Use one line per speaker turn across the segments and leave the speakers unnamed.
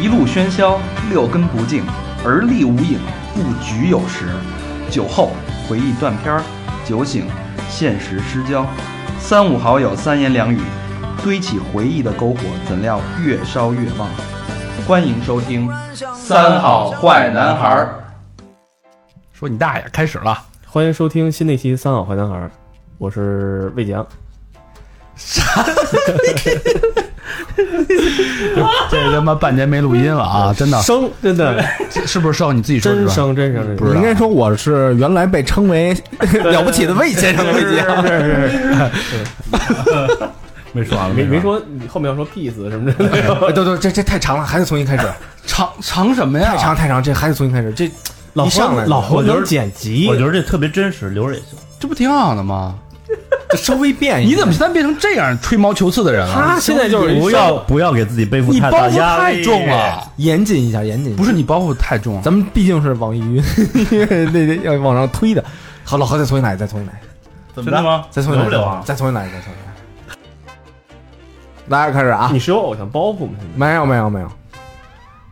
一路喧嚣，六根不净，而立无影，不局有时。酒后回忆断片儿，酒醒现实失焦。三五好友三言两语，堆起回忆的篝火，怎料越烧越旺。欢迎收听《三好坏男孩》。
说你大爷，开始了！
欢迎收听新的一期《三好坏男孩》，我是魏翔。
这他妈半年没录音了啊，真的，
生真的
是不是受你自己说
真
是吧？
生真生真
不是
生，
你应该说我是原来被称为了不起的魏先生的魏杰，
没说完
没没说你后面要说 peace 什么之类的。
哎对对，这这太长了，还得重新开始，
啊
长长什么呀？
太长太长，这还得重新开始，这一上来
老何
我觉得
能剪辑
我，觉得这特别真实，留着也行。
这不挺好的吗？
这稍微变一
你
下。
怎么现在变成这样吹毛求疵的人了？
他现在就是
不要不要给自己背负
你
太
包
大
袱
压力，
太重了，
严谨一下？严谨一下
不是你包袱太重啊了。
咱们毕竟是网易云 那那要往上推的。好，老何再重新来，再重新来，
怎么着吗？
再重新
留
来，
不留啊？
再重新来，再重新来。大家开始啊！
你是有偶像包袱吗？现在
没有没有没有，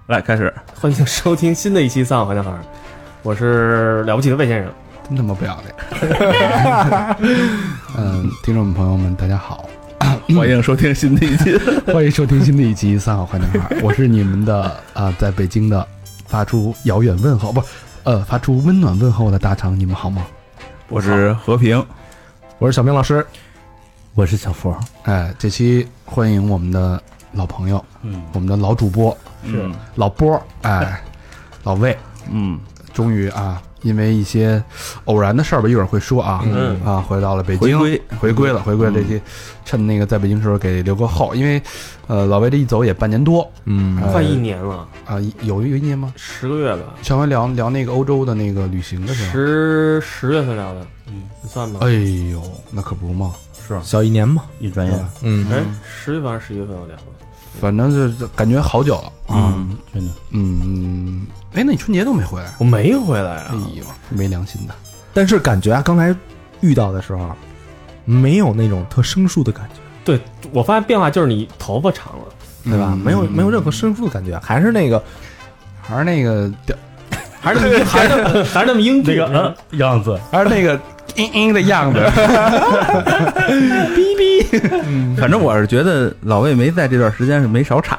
来开始，
欢迎收听新的一期《三好坏男孩》，我是了不起的魏先生。
真他妈不要 脸！嗯，听众朋友们，大家好，嗯
欢迎收听新的 一期。
欢迎收听新的一集《三好坏男孩》，我是你们的啊、在北京的发出遥远问候，不是，呃，发出温暖问候的大肠，你们好吗？
我是和平，
我是小明老师，
我是小佛。
哎，这期欢迎我们的老朋友，
嗯
我们的老主播
是
老波，哎，老魏，
嗯，
终于啊，因为一些偶然的事儿吧，一会儿会说啊，
嗯
啊，回到了北
回
京，
归嗯
回归了，回归了这期，趁那个在北京时候给留个后，因为呃，老魏这一走也半年多，
嗯
呃
快一年了，
啊，一有有一年吗？
十个月吧，
上回聊聊那个欧洲的那个旅行的时候，
十十月份聊的，嗯，你算吧。
哎呦，那可不嘛，
是
小一年嘛，
一转眼，
嗯，
哎，十月份还是十一月份我聊的？
反正就是感觉好久了啊，
嗯，真的
嗯，哎，那你春节都没回来？
我没回来
哎
啊，
呦，没良心的，
但是感觉啊，刚才遇到的时候，啊没有那种特生疏的感觉，
对我发现变化就是你头发长了，
对吧？
嗯
没有没有任何生疏的感觉，还是那个
还是那个调
还是那么还是那么还是那么英俊，
嗯样子，
还是那个嘤嘤的样子。
反正我是觉得老魏没在这段时间是没少岔，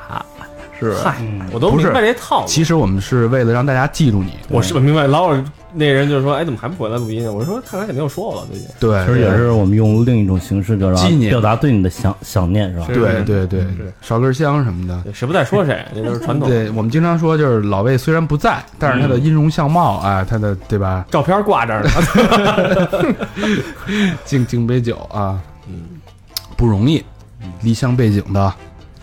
是吧？
嗨，我都
不
明
是
白这套 路。
其实我们是为了让大家记住你，
我是我明白，老有那人就说：“哎，怎么还不回来录音啊？”我说：“看来也没有说我了，最近。
对，
其实也是我们用另一种形式表达
纪念
表达对你的想想念，是吧？
是
对对对
是，
烧根香什么的。
对”谁不在说谁，这就是传统。
对我们经常说，就是老魏虽然不在，但是他的音容相貌啊，哎他的对吧？
照片挂这儿呢，
敬敬杯酒啊，
嗯，
不容易。离乡背景的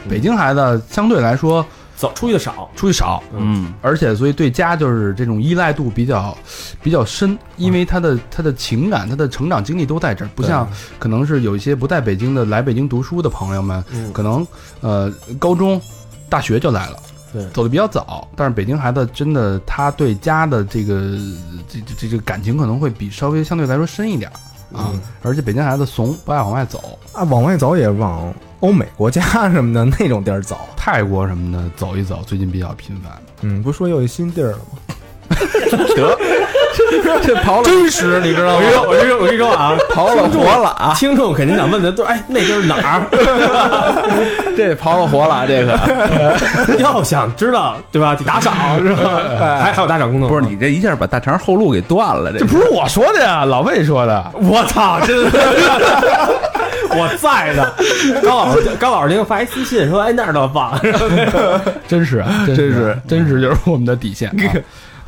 北京孩子相对来说
走出去的少。
出去少，
嗯，
而且所以对家就是这种依赖度比较比较深，因为他的他的情感、他的成长经历都在这儿，不像可能是有一些不在北京的来北京读书的朋友们，
嗯，
可能呃高中、大学就来了，
对
走的比较早。但是北京孩子真的，他对家的这个这这这这个感情可能会比稍微相对来说深一点儿啊。而且北京孩子怂，不爱往外走，
啊，往外走也往欧美国家什么的那种地儿走。
泰国什么的走一走，最近比较频繁。
嗯，不是说又有新地儿了吗？
这刨
嗯
了真实，你知道
我跟你说，我跟你说，我跟你说啊，
刨了活了啊！
听众肯定想问的都是：“哎，那地儿哪儿？
这刨了活了，这个
要想知道，对吧？得打赏是吧？
哎
还还有打赏功能。
不是你这一下把大肠后路给断了，这
这不是我说的呀，老魏说的。
我操，真的， 我在呢。高老师，高老师给我发一私信说：“哎，那儿倒棒。
真是啊，真是真是就是我们的底线啊！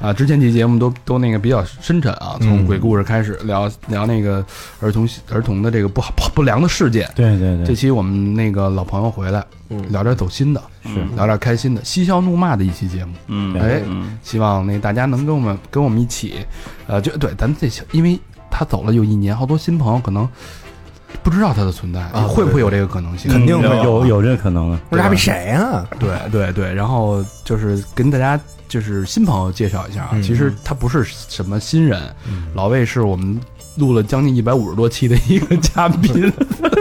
啊之前几期节目都都那个比较深沉啊，从鬼故事开始聊聊那个儿童儿童的这个不好不不良的事件。
对对
这
对，
期我们那个老朋友回来，
嗯
聊点走心的，嗯聊点开心的，嬉笑怒骂的一期节目。
嗯
哎
嗯
希望那大家能跟我们跟我们一起，呃，就对，咱们这小因为他走了有一年，好多新朋友可能不知道他的存在，
啊
会不会有这个可能性？
肯定
嗯
会有
有有这可能啊。
不是还比谁啊？
对对对，然后就是跟大家就是新朋友介绍一下啊，
嗯
嗯
其实他不是什么新人，老魏是我们录了将近一百五十多期的一个嘉宾，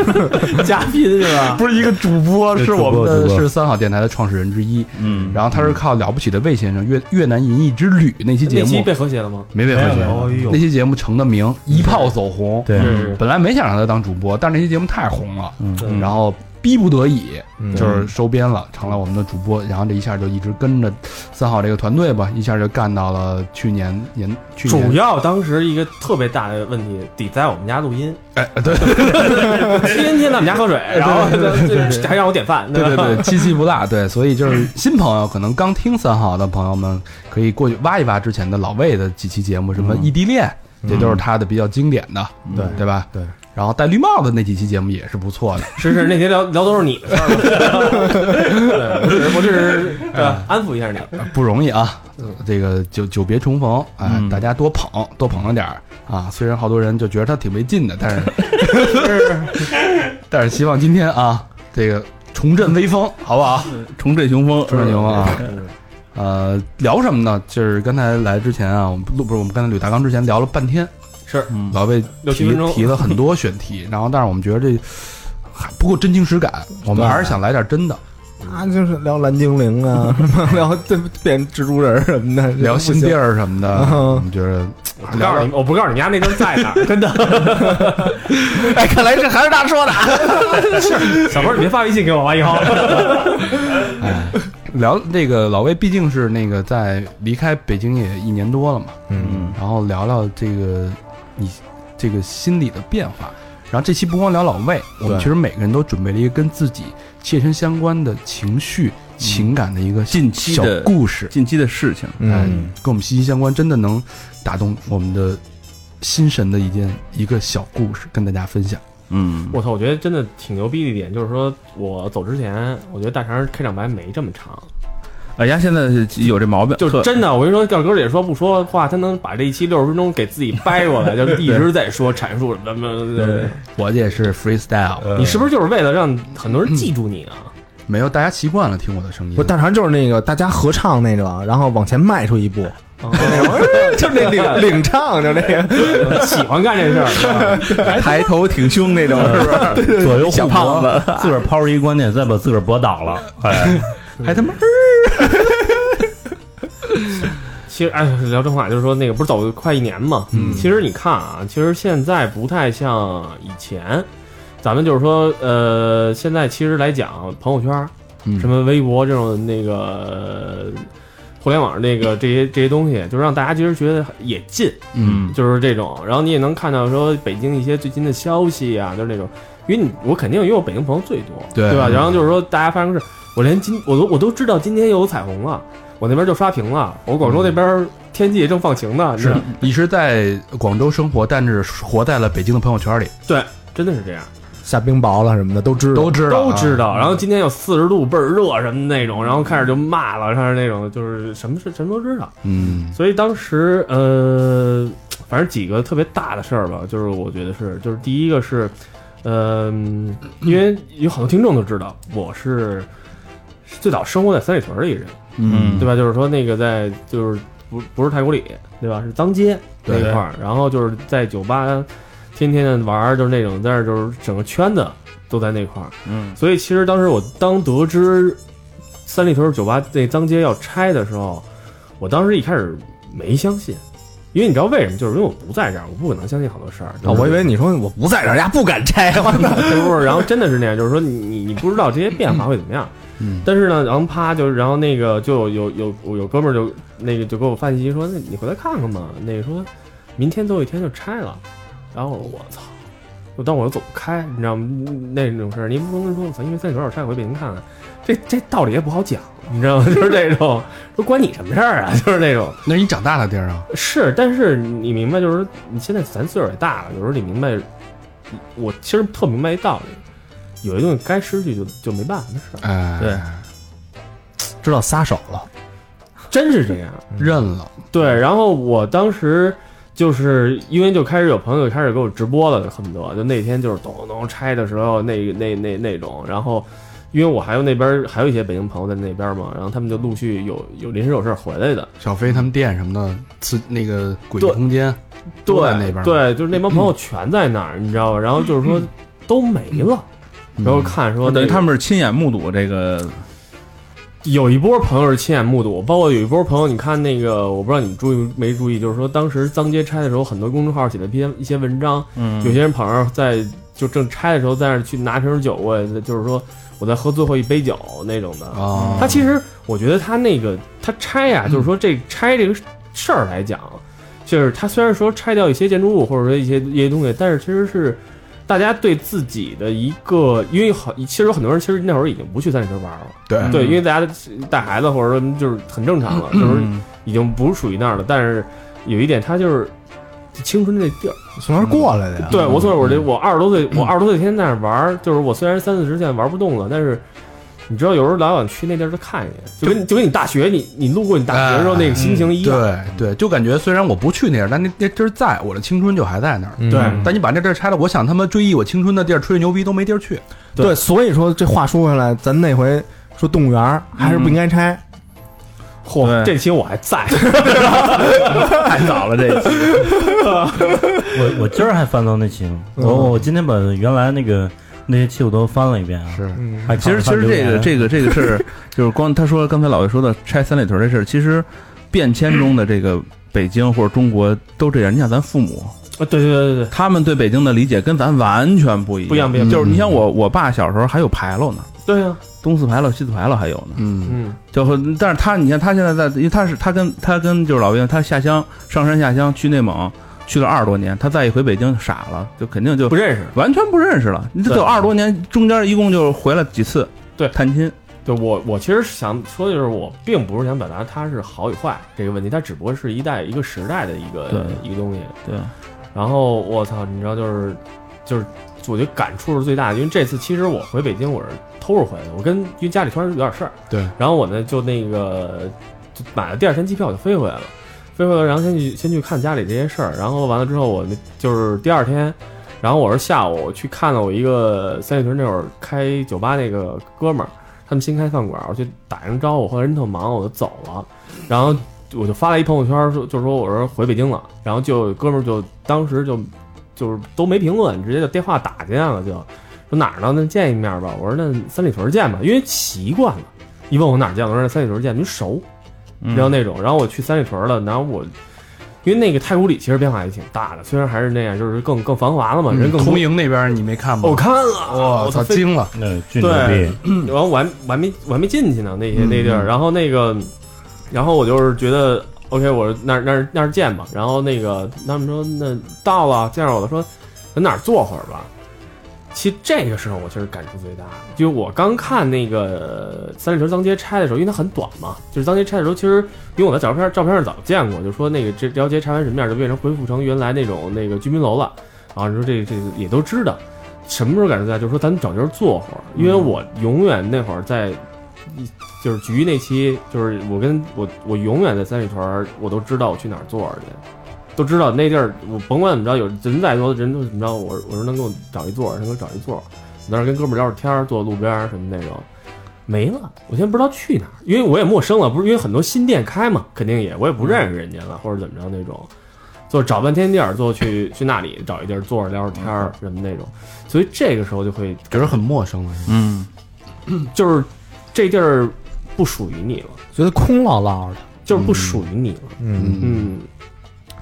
嘉宾是吧？
不是一个主播，
对
是我们
主播
的
主播
是三好电台的创始人之一。
嗯，
然后他是靠《了不起的魏先生》越越南银翼之旅那期节
那期
目
被和谐了吗？
没被
没有
回
没
去，
哎
有
那期节目成的名，一炮走红。
对，
是
本来没想让他当主播，但是那期节目太红了，
嗯
然后逼不得已
嗯
就是收编了，成了我们的主播。然后这一下就一直跟着三好这个团队吧，一下就干到了去年年去年
主要当时一个特别大的问题，得在我们家录音，
哎对
天天在我们家喝水，然后这还让我点饭，
对对
吧
对，气息不大，对，所以就是新朋友，可能刚听三好的朋友们，可以过去挖一挖之前的老魏的几期节目，什么异地恋，这都是他的比较经典的，
对
对吧？
对。
然后戴绿帽子那几期节目也是不错的，
是是，那天聊聊都是你的事儿了对，我只是我 只是
哎
对安抚一下你。
不容易啊。呃这个久久别重逢，哎，
嗯
大家多捧多捧着点儿啊。虽然好多人就觉得他挺没劲的，但 是但是希望今天啊，这个重振威风，好不好？
重振雄风，
重振威风啊！呃，聊什么呢？就是刚才来之前啊，我们录不是我们刚才吕大纲之前聊了半天，
是
嗯
老魏
六七
提
分钟
提了很多选题，然后但是我们觉得这还不够真情实感，我们还是想来点真的，
啊，就是聊蓝精灵 啊，什么聊这变蜘蛛人什么的，
聊新地儿什么的，
嗯
我们觉得
我不告诉你，我不告诉你们家那地儿在哪儿，真的。
哎，看来这还是他说的。
小波，你别发微信给我吧，以后。
聊这个老魏毕竟是那个在离开北京也一年多了嘛，
嗯，
然后聊聊这个你这个心理的变化。然后这期不光聊老魏，我们
对
其实每个人都准备了一个跟自己切身相关的情绪、情感的一个
近期
小
的
故事，
近期的事情，
哎
嗯，
跟我们息息相关，真的能打动我们的心神的一件一个小故事，跟大家分享。
嗯，
我操，我觉得真的挺牛逼的一点就是说，我走之前，我觉得大肠开场白没这么长，
哎呀，现在有这毛病，
就是
特
真的。我跟你说，要哥姐说不说话，他能把这一期六十分钟给自己掰过来，就一直在说阐述什么什么什么。
我这也是 freestyle，
你是不是就是为了让很多人记住你啊？
没有大家习惯了听我的声音，
不，大肠就是那个大家合唱那种，然后往前迈出一步， 就那领 领唱，就那个
哦喜欢干这事儿是吧，
呃抬头呃挺胸那种，是吧？
左右互
胖
搏
子，
自个儿抛出一个观点，再把自个儿驳倒了， 哎，
还他妈
其实，哎，聊正话，就是说那个不是走快一年嘛。嗯，其实你看啊，其实现在不太像以前，咱们就是说，呃，现在其实来讲，朋友圈、
嗯
什么微博这种那个呃互联网那个这些这些东西，就让大家其实觉得也近，
嗯
就是这种。然后你也能看到说北京一些最新的消息啊，就是那种，因为你我肯定因为我北京朋友最多，
对
对吧？然后就是说大家发生事，我连今我都我都知道今天又有彩虹了，我那边就刷屏了，我广州那边天气也正放晴呢，你知
是
道，
你是在广州生活，但是活在了北京的朋友圈里，
对，真的是这样，
下冰雹了什么的都知道，
都知道啊，
都知道。然后今天有四十度倍儿热什么那种，然后开始就骂了，开始那种就是什么事什么都知道。
嗯
所以当时呃，反正几个特别大的事儿吧，就是我觉得是，就是第一个是，嗯、因为有好多听众都知道我是最早生活在三里屯儿的一人，
嗯
对吧？就是说那个在就是不不是太古里，对吧？是当街那一块儿，然后就是在酒吧天天的玩儿，就是那种，但是就是整个圈子都在那块儿，
嗯
所以其实当时我当得知三里屯酒吧那当街要拆的时候，我当时一开始没相信。因为你知道为什么？就是因为我不在这儿，我不可能相信好多事儿。
啊，我以为你说我不在这儿，家不敢拆，我操
是不是？然后真的是那样，就是说你你你不知道这些变化会怎么样。
嗯
但是呢，然后啪就是，然后那个就有有有有哥们儿就那个就给我发信息说，那你回来看看嘛。那个说明天最后一天就拆了。然后我说我操，我但我又走不开，你知道吗？那种事儿，你不能说咱因为三里屯有拆，我回北京看看。这这道理也不好讲，你知道吗？ 就是这种，说关你什么事儿啊？ 就是那种。
那是你长大的地儿啊，
是，但是你明白，就是你现在咱岁数也大了，有时候你明白，我其实特明白一道理，有些东西该失去就就没办法的事儿，
哎，
对，
知道撒手了，
真是这样。
认了，
对，然后我当时就是因为就开始有朋友就开始给我直播了，恨不得就那天就是咚咚咚拆的时候那那那那种，然后因为我还有那边还有一些北京朋友在那边嘛，然后他们就陆续有有临时有事儿回来的，
小飞他们店什么的，次那个鬼
对
空间
对
都在那边儿
对，就是那嗯帮朋友全在那儿，你知道吧？然后就是说都没了，然后看说那
呃等于
个
嗯他们是亲眼目睹这个
有一波朋友是亲眼目睹，包括有一波朋友，你看那个，我不知道你们注意没注意，就是说当时脏街拆的时候，很多公众号写了一篇一些文章，有些人朋友在就正拆的时候，在那儿去拿瓶酒过来，就是说我在喝最后一杯酒那种的。
啊，
他其实我觉得他那个他拆呀、就是说这拆这个事儿来讲，就是他虽然说拆掉一些建筑物或者说一些一些东西，但是其实是大家对自己的一个，因为好，其实有很多人其实那会儿已经不去三里屯玩了。
对
对，因为大家带孩子或者说就是很正常了，就是已经不是属于那儿了。但是有一点，他就是青春那地儿。
从那儿过来的呀。
对我从小我这我二十多岁，我二十多岁天天在那儿玩儿，就是我虽然三四十现在玩不动了，但是你知道有时候老想去那地儿去看一眼，就跟就跟你大学你你路过你大学的时候那个心情一样。
对对，就感觉虽然我不去那儿，但那那地儿在，我的青春就还在那儿。
嗯
对
但你把那地儿拆了，我想他妈追忆我青春的地儿，吹牛逼都没地儿去。
对
对，所以说这话说回来，咱那回说动物园儿还是不应该拆，
嚯，这期我还在，
太早了，这一期
我我今儿还翻到那期呢，
哦
我我我今天把原来那个那些期我都翻了一遍啊。
是
嗯，
还
其实其实这个这个这个事儿，就是光他说刚才老魏说的拆三里屯这事儿，其实变迁中的这个北京或者中国都这样。你想咱父母，
对对对对
他们对北京的理解跟咱完全不一样，
不一样不一样
就是你像我我爸小时候还有牌楼呢，
对呀，
东四牌楼、西四牌楼还有呢。
嗯，
嗯，
就和但是他你看他现在在，因为他是他跟他跟就是老魏一样，他下乡上山下乡去内蒙去了二十多年，他再一回北京傻了，就肯定就
不认识。
完全不认识了。你这
对
都二十多年，中间一共就回来几次，
对
探亲，
对我，我其实想说的就是，我并不是想表达它是好与坏这个问题，它只不过是一代一个时代的一个
对
一个东西。
对，
然后我操，你知道就是就是，我觉得感触是最大的，因为这次其实我回北京我是偷着回来的，我跟因为家里突然有点事儿，
对，
然后我呢就那个就买了第二天机票我就飞回来了，飞回来然后先去先去看家里这些事儿，然后完了之后我那就是第二天。然后我是下午我去看了我一个三里屯那会儿开酒吧那个哥们儿，他们新开饭馆，我去打声招呼，后来人特忙，我就走了。然后我就发了一朋友圈说，就说我说回北京了。然后就有哥们儿就当时就就是都没评论，直接就电话打进来了，就说哪儿呢？那见一面吧。我说那三里屯见吧，因为习惯了。一问我哪儿见，我说那三里屯见，您熟，然后那种。然后我去三里屯了，然后我。因为那个太古里其实变化也挺大的，虽然还是那样，就是更更繁华了
嗯
嘛，人更多
同。营那边你没看吗？
我看了，
我操，
非
惊了！
那巨牛逼，
然后我还我还没我还没进去呢，那些
嗯
那地儿，然后那个，然后我就是觉得 OK，我说那儿那儿那儿见吧，然后那个他们说那到了见着我了，说咱哪儿坐会儿吧。其实这个时候我其实感触最大，就是我刚看那个呃三里屯脏街拆的时候，因为它很短嘛，就是脏街拆的时候，其实因为我在照片照片上早见过，就说那个这这条街拆完什么样，就变成恢复成原来那种那个居民楼了。啊，你说这这也都知道，什么时候感受到？就是说咱们找地儿坐会儿，因为我永远那会儿在，就是局那期，就是我跟我我永远在三里屯儿，我都知道我去哪儿坐着去，都知道那地儿，我甭管怎么着，有人再多，人都怎么着，我我说能给我找一座儿，能给我找一座儿，我在那儿跟哥们儿聊会儿天儿，坐路边儿什么那种。没了，我现在不知道去哪儿，因为我也陌生了，不是因为很多新店开嘛，肯定也我也不认识人家了，或者怎么着那种，就找半天地儿，最后去去那里找一地儿坐着聊会儿天儿什么那种，所以这个时候就会
觉得很陌生了，
嗯，
就是这地儿不属于你了，
觉得空落落的。
就是不属于你了。
嗯，
嗯，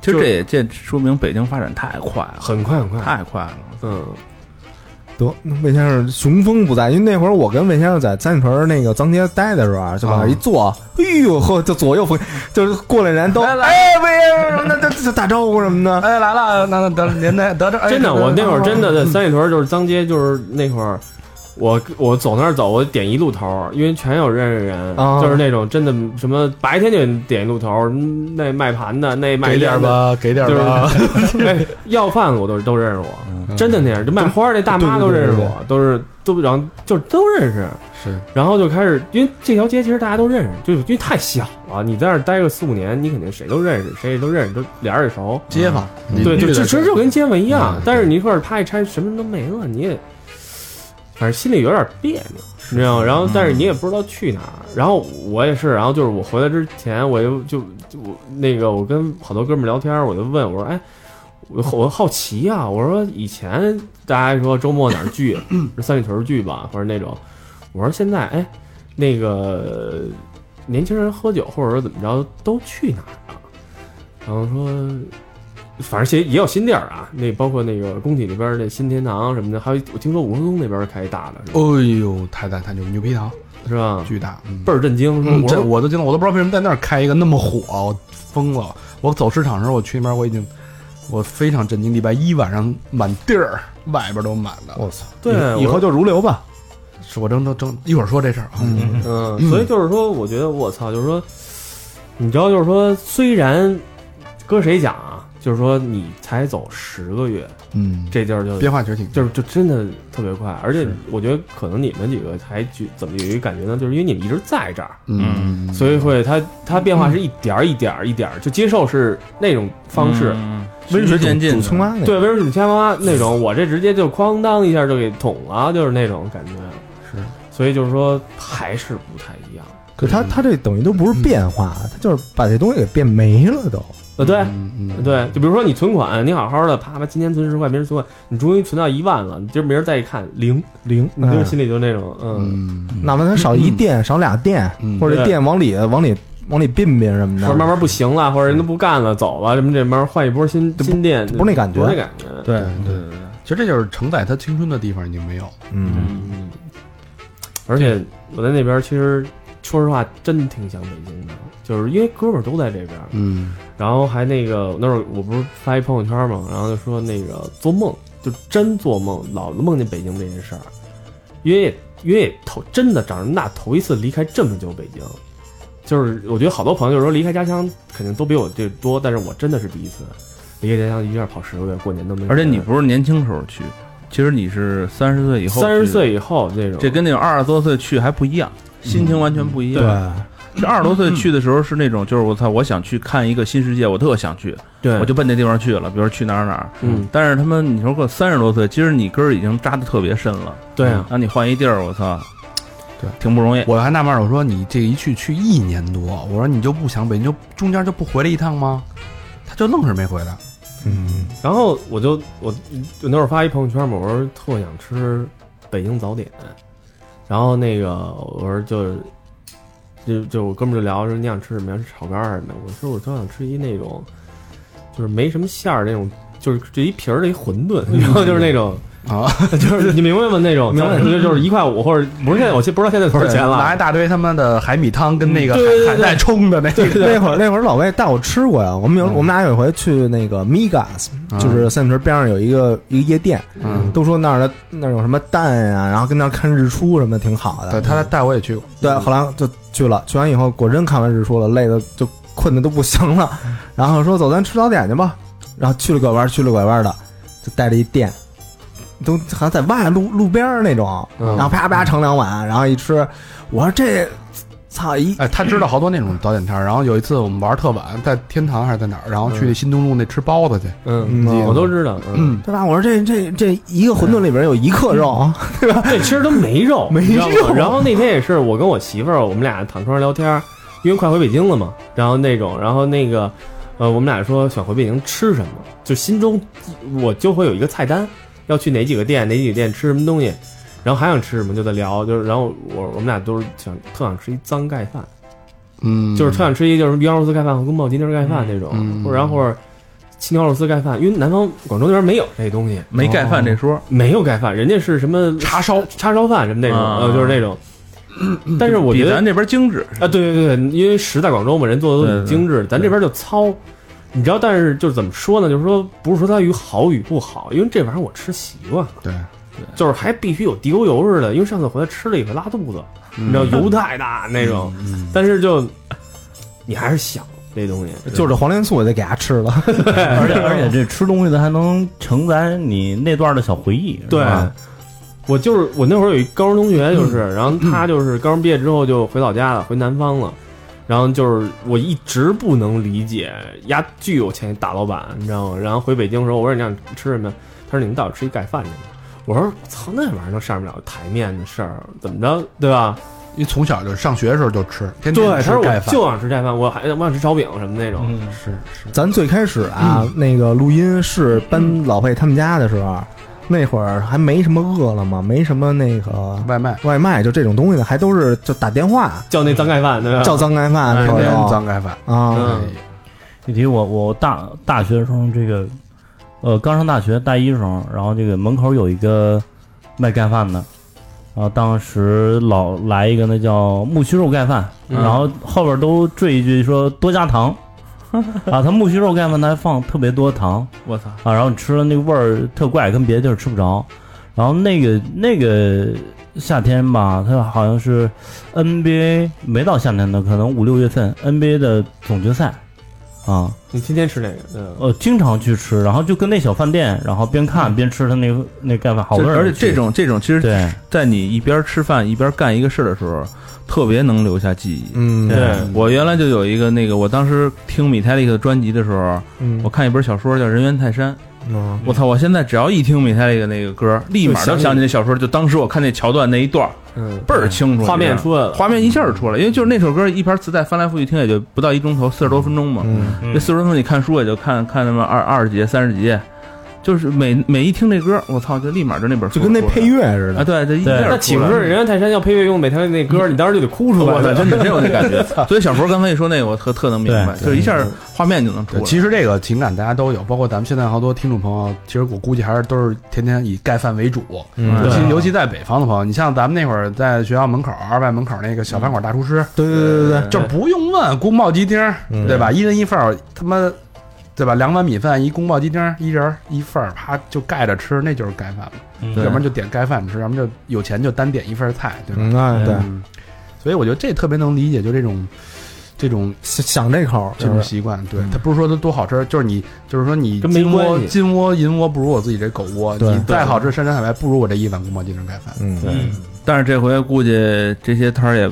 其实
就
这也这说明北京发展太快了，
很快很快。
太快了。
嗯，
啊得，那魏先生雄风不在，因为那会儿我跟魏先生在三里屯那个脏街待的时候啊，就往那儿一坐，哎呦呵，就左右逢，就是过来人都哎魏先生，那这这打招呼什么的，
哎，来了，那那得您哎那得这，
真的，我那会儿真的
嗯
在三里屯就是脏街，就是那会儿。我我走那儿走，我点一路头，因为全有认识人，
啊
就是那种真的什么白天就点一路头，嗯那卖盘的那卖
给点儿
烟的，
吧，给点儿吧， 嗯
哎，要饭的我都都认识我，真的那样，就卖花儿那大妈
对
都
对对
认识
对
我，都是都然后就是都认识，
是
然后就开始，因为这条街其实大家都认识，就是因为太小了，你在那儿待个四五年，你肯定谁都认识，谁也都认识，都俩人也熟。
街坊，
对，
邻
就
居
就
的
其实就跟街坊一样
嗯，
但是你一块儿啪一拆，什么都没了，你也反正心里有点别扭，你知道吗？然后但是你也不知道去哪儿。然后我也是，然后就是我回来之前，我就就就我那个我跟好多哥们儿聊天，我就问我说，哎。我我好奇呀、我说以前大家说周末哪儿聚，是三里屯儿聚吧，或者那种，我说现在哎，那个年轻人喝酒或者说怎么着都去哪儿啊？然后说，反正也也有新地儿啊，那包括那个工体那边儿那新天堂什么的，还有我听说五棵松那边儿开一大
哦
的，是吧
哎呦，太大太牛牛皮糖
是吧？
巨大，嗯
倍儿震惊，说
嗯
我
这
说
我都惊了，我都不知道为什么在那儿开一个那么火，我疯了。我走市场的时候，我去那边我已经，我非常震惊。礼拜一晚上满地儿，外边都满了。
我操，
对
以以后就如流吧。
是我正正正一会儿说这事儿啊。
嗯，
嗯，所以就是说，我觉得我操，就是说，你知道，就是说，虽然搁谁讲啊，就是说你才走十个月，
嗯，
这地儿就
变化其实挺
就是就真的特别快，而且我觉得可能你们几个还觉怎么有一个感觉呢？就是因为你们一直在这儿，
嗯，
所以会它它变化是一点儿一点儿一点儿，就接受是那种方式，
嗯
温水嗯渐进
煮
的，
青啊蛙那
对，，温水煮青蛙那种，我这直接就哐当一下就给捅了，就是那种感觉。
是，
所以就是说还是不太一样。
可他他这等于都不是变化，他就是把这东西给变没了都。
呃，对，
嗯，
对，就比如说你存款，你好好的，啪啪，今天存十块，明儿存款，你终于存到一万了，你今儿明儿再一看零零，你就
嗯
心里就那种，嗯，
哎嗯
哪怕他少一电，少俩电，
嗯
或者
对
电往里往里往里并并什么
或者慢
的，
慢不行了，或者人都不干了，走了，什么这慢慢换一波新新店，
不是那感觉
不是那感觉，
对
对
对对，
其实这就是承载他青春的地方已经没有了。
嗯，
嗯，而且我在那边其实说实话真挺想北京的，就是因为哥们儿都在这边，
嗯
然后还那个那会儿我不是发一朋友圈嘛，然后就说那个做梦就真做梦，老梦见北京这件事儿，因为也因为也头真的长这么大头一次离开这么久北京，就是我觉得好多朋友就是说离开家乡肯定都比我这多，但是我真的是第一次离开家乡一下跑十个月，过年都没回来。
而且你不是年轻时候去，其实你是三十岁以后，
三十，岁以后那种，
这跟那种二十多岁去还不一样，
嗯
心情完全不一样。这二十多岁去的时候是那种，就是我操，我想去看一个新世界，我特想去，
对
我就奔那地方去了，比如说去哪儿哪儿。
嗯
但是他们，你说过三十多岁，其实你根儿已经扎的特别深了。
对啊，
那你换一地儿，我操，
对，
挺不容易。
我还纳闷儿，我说你这一去去一年多，我说你就不想北京，就中间就不回来一趟吗？他就愣是没回来。
嗯，
然后我就我我那会儿发一朋友圈嘛，我说特想吃北京早点，然后那个我说就是就就我哥们儿就聊说你想吃什么，想吃炒肝儿什么的，我说我特想吃一那种就是没什么馅儿那种，就是这一皮儿的一馄饨，然后就是那种。
啊，
就是你明白吗？那种
明白
就是就是一块五，或者不是现在，我现不知道现在多少钱
拿
了
一。大堆他妈的海米汤跟那个
对对对
海海带冲的那个，
那会儿那会儿老魏带我吃过呀，我们有
嗯
我们俩有一回去那个 Migas，就是
嗯
三里屯边上有一个一个夜店，
嗯，
都说那儿的那儿有什么蛋啊，然后跟那儿看日出什么的，挺好
对，
的。
他带我也去过，
对，后来就去了，去完以后果真看完日出了，累的就困的都不行了，然后说走，咱吃早点去吧。然后去了拐弯，去了拐弯的，就带着一店，都好像在外路路边儿那种，
嗯
然后啪啪盛两碗，然后一吃，我说这操一
哎，他知道好多那种早点摊儿。然后有一次我们玩儿特晚，在天堂还是在哪儿，然后去那新东路那吃包子去，
嗯，
嗯
我都知道。嗯，
对吧？我说这这这一个馄饨里边有一克肉，
对，其实都没肉，
没肉
你知道吗然后那天也是我跟我媳妇儿，我们俩躺床上聊天儿，因为快回北京了嘛。然后那种，然后那个，呃，我们俩说想回北京吃什么，就心中我就会有一个菜单，要去哪几个店，哪几个店吃什么东西，然后还想吃什么就在聊，就是然后我我们俩都是想特想吃一脏盖饭，
嗯，
就是特想吃一就是鱼香肉丝盖饭和宫保鸡丁盖饭那种，
嗯
或者然后或者青椒肉丝盖饭，因为南方广州那边没有这东西，
没盖饭这说，
没有盖饭，人家是什么
叉烧，
叉烧饭什么那种，
啊
呃，就是那 种。但是我
比
觉得
咱这边精致。
啊，对对对，因为食在广州嘛，人做的都很精致，咱这边就糙。你知道，但是就是怎么说呢？就是说，不是说它与好与不好，因为这玩意儿我吃习惯了，
对，
就是还必须有地沟油似的。因为上次回来吃了一回拉肚子，
嗯
你知道油太大那种，但是就你还是想这东西，
就这黄连素我就给它吃了。
而且而且这吃东西的还能承载你那段的小回忆，是
对
吧，
我就是我那会儿有一高中同学，就是，
嗯
然后他就是高中毕业之后就回老家了，回南方了，然后就是我一直不能理解，呀，巨有钱一大老板，你知道吗？然后回北京的时候，我说你想吃什么呀？他说你们到底吃一盖饭去吧。我说操，那玩意儿能上不了台面的事儿，怎么着，对吧？
因为从小就上学的时候就吃，天
对，
天
他
吃
说我
盖饭，
就想吃盖饭，我还我想吃炒饼什么那种。
嗯，
是是
咱最开始啊，那个录音是搬老魏他们家的时候，那会儿还没什么饿了么，没什么那个
外卖，
外卖，就这种东西的，还都是就打电话
叫那脏盖饭，对吧？
叫脏盖饭
哎
那
天
会
天
儿
脏盖饭。哎
就啊，
嗯
具体我我大大学的时候，这个呃刚上大学大一的时候，然后这个门口有一个卖盖饭的，然后当时老来一个那叫木须肉盖饭，
嗯
然后后边都缀一句说多 加糖。啊，他木须肉盖饭他还放特别多糖
我操，
啊，然后你吃了那个味儿特怪，跟别的地儿吃不着。然后那个那个夏天吧，他好像是 NBA 没到夏天的，可能五六月份 NBA 的总决赛啊，
你天天吃那个，嗯，
呃，经常去吃，然后就跟那小饭店，然后边看边吃他那个那盖饭，好多
这
人
而且
去
这种这种，其实，
对
在你一边吃饭一边干一个事儿的时候，特别能留下记忆。
嗯，
对
我原来就有一个那个，我当时听米泰利克的专辑的时候，
嗯
我看一本小说叫《人猿泰山》，
嗯
我操！我现在只要一听米泰利克那个歌，立马就想起那小说，就当时我看那桥段那一段儿
嗯，
倍儿清楚，
画面
你知道吗
出来了，
画面一下就出来，因为就是那首歌一盘磁带翻来覆去听也就不到一钟头，四十多分钟嘛。
嗯
嗯
这四十多分钟你看书也就看看那么二二十节、三十节，就是每每一听这歌，我操，就立马就那本书
就跟那
出来
配乐似
啊，
的，
对，这一下
对
出来
那岂不是人家泰山要配乐用每天那
嗯
歌，你当时就得哭出来
我操，
了？
真的真有那 感觉。所以小佛刚才一说那个，我特特能明白，
对
就是一下画面就能出
对，
来。
其实这个情感大家都有，包括咱们现在好多听众朋友，其实我估计还是都是天天以盖饭为主，
嗯
尤
对
其尤其在北方的朋友，你像咱们那会儿在学校门口、二外门口那个小饭馆大厨师，
对对对对对，
就不用问，宫爆鸡丁儿，
嗯
对吧？一人一份儿，他妈，对吧？两碗米饭，一宫爆鸡丁儿，一人儿一份儿，啪就盖着吃，那就是盖饭嘛。
对
要不然就点盖饭吃，要不然就有钱就单点一份儿菜，对吧？
嗯啊对，
嗯所以我觉得这特别能理解，就这种这种
想想这口儿
这
就
种
是
习惯。对他不是说它多好吃，就是你就是说你
跟没
金
关
窝
系
金窝银窝不如我自己这狗窝，
对
你再好吃山珍海味不如我这一碗宫保鸡丁盖饭。
嗯
但是这回估计这些摊儿也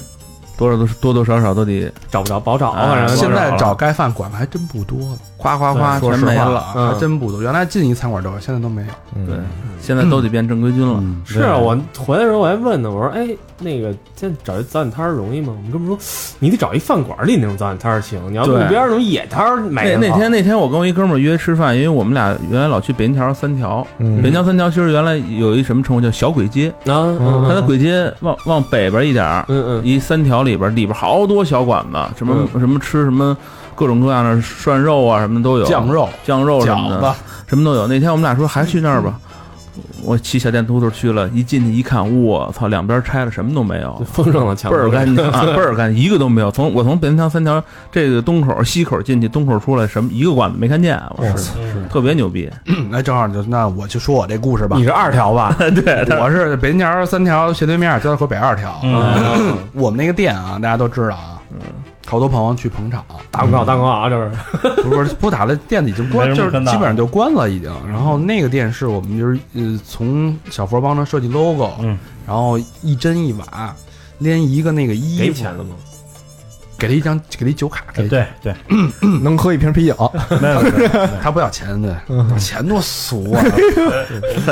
多少都是多多少少都得
找不着，保找，
啊
反正
现在
了
找盖饭馆子还真不多了，夸夸夸
对
全
说
没
实话
了啊，
嗯
还真不多。原来进一餐馆都有，现在都没有。
嗯
嗯
对，现在都得变正规军了。
嗯，
是啊，我回来的时候我还问呢，我说：“哎，那个现在找一早点摊儿容易吗？”我们哥们说：“你得找一饭馆里那种早点摊儿行，你要路
对
边儿那种野摊儿买
那那天那天我跟我一哥们儿约吃饭，因为我们俩原来老去北京桥三条，北京
嗯
桥三条其实原来有一什么称呼叫小鬼街，
啊，嗯
它
嗯
的鬼街往往北边一点儿，
嗯
一三条里边里边好多小馆子，什么
嗯
什么吃什么各种各样的涮肉啊什么都有，
酱肉、
酱肉什么
饺
的
子，
什么都有。那天我们俩说还去那儿吧，我骑小电嘟嘟去了，一进去一看，我操，两边拆了什么都没有
嗯，，丰盛了强
倍儿干净，啊，倍儿干净，一个都没有。从我从北京桥三条这个东口西口进去，东口出来，什么一个馆子没看见，我
我
操，
操，
特别牛逼。
那哎正好就那我就说我这故事吧
你。是二条吧？
我是北京桥三条斜对面交道口北二条。
嗯
我们那个店啊，大家都知道啊，好多朋友去捧场，
打广告，打广告啊，就是
不是不打了，店已经关，
没
就
什
是
么可
基
打
本上就关了已经。然后那个店是我们就是呃，从小佛帮着设计 logo，
嗯
然后一针一瓦，连一个那个衣
给
服
钱，了吗？
给了一张，给了一酒卡，给
对对，
嗯能喝一瓶啤酒，
嗯
没有没有
他不要钱，对，
嗯
钱多俗啊！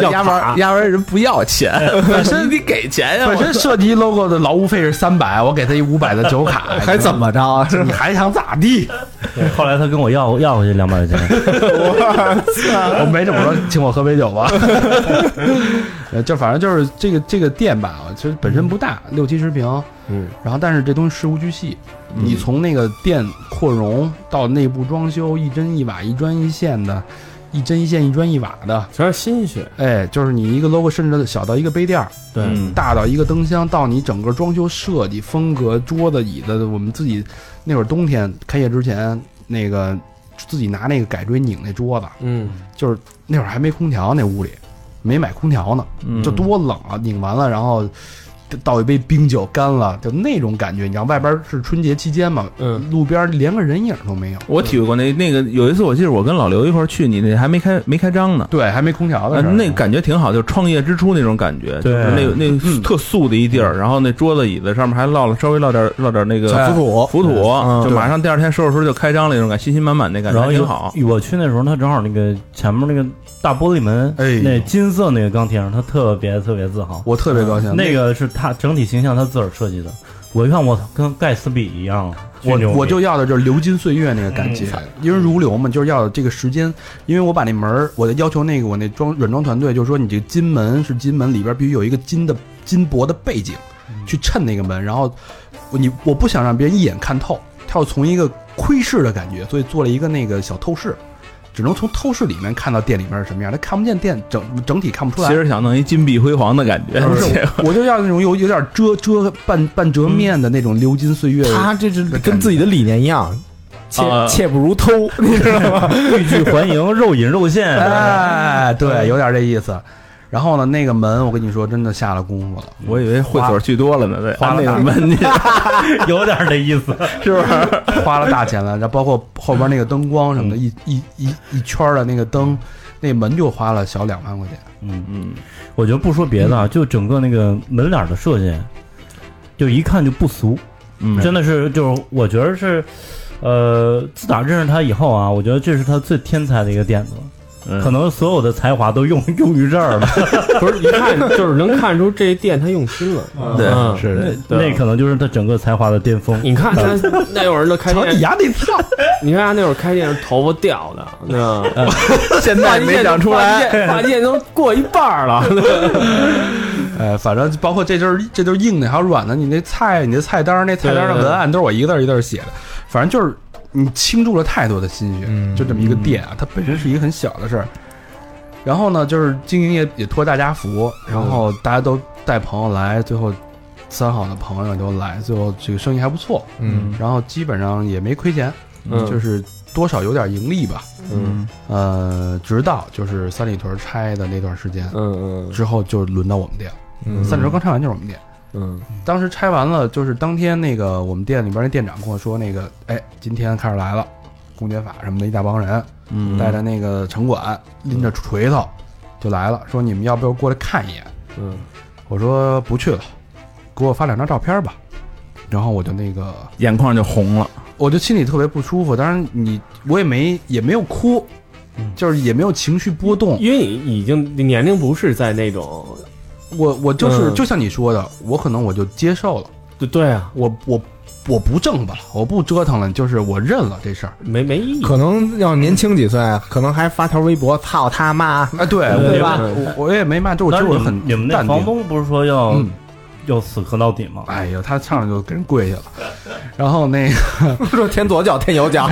要
压玩
压完人不要 钱，本身你给钱呀
本身设计 logo 的劳务费是三百，我给他一五百的酒卡，
还怎么着啊？
你还想咋 地？
对后来他跟我要要回去两 百块钱，
我没这么说，请我喝杯酒 吧。呃，就反正就是这个这个店吧，其实本身不大，六七十平，
嗯，
然后但是这东西事无巨细，
嗯
你从那个店扩容到内部装修，一针一瓦，一砖一线的，一针一线，一砖一瓦的，
全是心血，
哎，就是你一个 logo，甚至小到一个杯垫儿，
对
嗯
大到一个灯箱，到你整个装修设计、风格、桌子、椅子，我们自己那会儿冬天开业之前，那个自己拿那个改锥拧那桌子，
嗯，
就是那会儿还没空调，那屋里没买空调呢，就多冷啊！拧完了，然后倒一杯冰酒干了，就那种感觉。你知道外边是春节期间嘛，
嗯，
路边连个人影都没有，
我体会过那那个有一次，我记得我跟老刘一块儿去，你那还没开没开张呢。
对，还没空调的
呃
时候，
那感觉挺好，就是创业之初那种感觉，就是那那特素的一地儿，然后那桌子椅子上面还落了稍微落点落点那个
小土
浮土，
嗯
就马上第二天收拾收拾就开张了那种感觉，信心满满那感
然
觉
后
挺好。
我去那时候他正好那个前面那个大玻璃门，
哎呦
那金色那个钢铁上，他特别特别自豪。
我特别高兴。
那个是他整体形象他自个儿设计的。我一看，我操，跟盖茨比一样，啊巨
我
牛逼嗯
我就要的就是流金岁月那个感觉，嗯因为如流嘛，就是要这个时间。因为我把那门儿，我的要求那个我那装软装团队就是说，你这个金门是金门，里边必须有一个金的金箔的背景，去衬那个门。然后我你我不想让别人一眼看透，他要从一个窥视的感觉，所以做了一个那个小透视，只能从透视里面看到店里面是什么样，他看不见店整整体看不出来。
其实想弄一金碧辉煌的感觉，
不
结
是
果，
我就要那种有有点遮遮半半折面的那种流金岁月。
他这是
感觉
跟自己的理念一样，切
啊
切不如偷，你知道吗？
欲 拒还迎，肉隐肉 现。
哎，
嗯
对，有点这意思。然后呢，那个门我跟你说，真的下了功夫了。
我以为会所去多了呢，对，
花了
那
大
个门去，
有点这意思，
是不是？
花了大钱了，然后包括后边那个灯光什么
嗯
的，一一一一圈儿的那个灯，那门就花了小两万块钱。
嗯，
嗯，
我觉得不说别的啊，就整个那个门脸的设计，就一看就不俗，
嗯
真的是就是我觉得是，呃，自打认识他以后啊，我觉得这是他最天才的一个点子，
嗯
可能所有的才华都用 用于这儿了，
不是一看就是能看出这店他用心了。
对，
嗯
是的，
那那可能就是他整个才华的巅峰。
你看他那会儿那开
哎
瞧你
店，
牙那操，
你看他那会儿开店是头发掉的，那
现在没长出来，，
发际线都过一半儿了。
呃，反正包括这就是这就是硬的，还有软的。你那菜，你那菜单儿，那菜单儿的
对对对
文案都是我一个字儿一个字儿写的，反正就是你倾注了太多的心血。
嗯
就这么一个店啊，它本身是一个很小的事儿。然后呢，就是经营也也托大家福，然后
嗯
大家都带朋友来，最后三好的朋友也都来，最后这个生意还不错，
嗯，
然后基本上也没亏钱，
嗯
就是多少有点盈利吧。
嗯
呃，直到就是三里屯拆的那段时间
嗯
之后，就轮到我们店了。
嗯
三里屯刚拆完就是我们店。
嗯
当时拆完了，就是当天那个我们店里边那店长跟我说，那个哎，今天开始来了，公检法什么的一大帮人，
嗯
带着那个城管拎着锤头就来了，说你们要不要过来看一眼？
嗯
我说不去了，给我发两张照片吧。然后我就那个，
眼眶就红了，
我就心里特别不舒服。当然你我也没也没有哭，就是也没有情绪波动。
因为你已经你年龄不是在那种，
我我就是
嗯
就像你说的，我可能我就接受了，
对对啊，
我我我不挣吧了，我不折腾了，就是我认了这事儿。
没没意义。
可能要年轻几岁，可能还发条微博，操他妈！
啊，对，
对
我
吧
我我也没骂，就是我其
但
实
是
我
你
很
们你们那
淡定
房东不是说要、
嗯
要死磕到底吗？
哎呦，他上来就给人跪下了，然后那个。
说天左脚，天右 脚，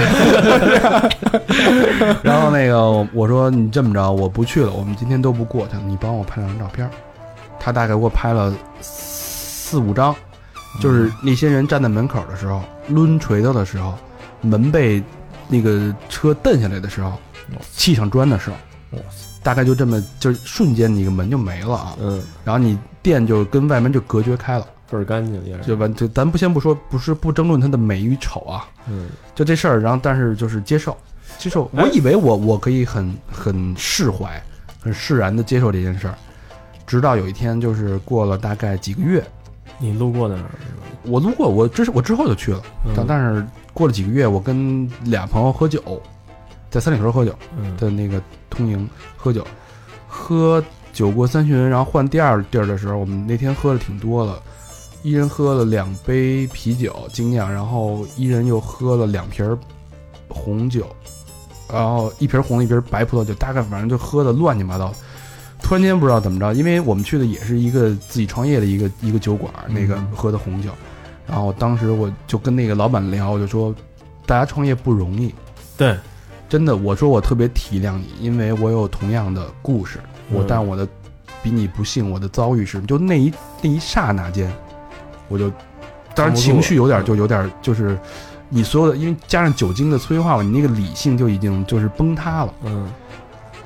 然后那个我我说你这么着，我不去了，我们今天都不过去了，你帮我拍两张照片儿。他大概给我拍了四五张，
嗯
就是那些人站在门口的时候，抡锤子的时候，门被那个车蹬下来的时候，砌上砖的时候，大概就这么就是瞬间你个门就没了啊，
嗯，
然后你店就跟外面就隔绝开了，
倍儿干净也是。
就完就咱不先不说，不是不争论它的美与丑啊，
嗯，
就这事儿，然后但是就是接受，接受。
哎
我以为我我可以很很释怀，很释然的接受这件事儿，直到有一天，就是过了大概几个月，
你路过那儿，嗯
我路过，我之我之后就去了，但但是过了几个月，我跟俩朋友喝酒，在三里屯喝酒
嗯
的那个通营喝酒，喝酒过三巡，然后换第二地儿的时候，我们那天喝的挺多了。一人喝了两杯啤酒精酿，然后一人又喝了两瓶儿红酒，然后一瓶红的，一瓶白葡萄酒，大概反正就喝的乱七八糟。突然间不知道怎么着，因为我们去的也是一个自己创业的一个一个酒馆，那
嗯
个喝的红酒。然后当时我就跟那个老板聊，我就说，大家创业不容易，
对，
真的，我说我特别体谅你，因为我有同样的故事，我
嗯
但我的比你不幸，我的遭遇是，就那一那一刹那间，我就，当然
扛不住
情绪有点
嗯
就有点就是，你所有的因为加上酒精的催化，你那个理性就已经就是崩塌了，
嗯，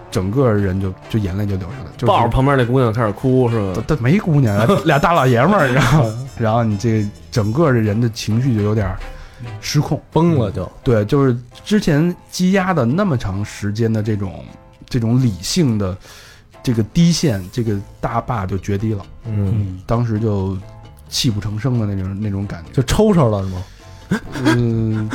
整个人就就眼泪就流下来了，就是
抱着旁边那姑娘开始哭是
都
吧？
都没姑娘，啊俩大老爷们儿，然后然后你这整个人的情绪就有点失控。
嗯
崩了就。
对，就是之前积压的那么长时间的这种这种理性的这个低线，这个大坝就决堤了，
嗯，
嗯，
当时就泣不成声的那种那种感觉。
就抽抽了是吗？
嗯，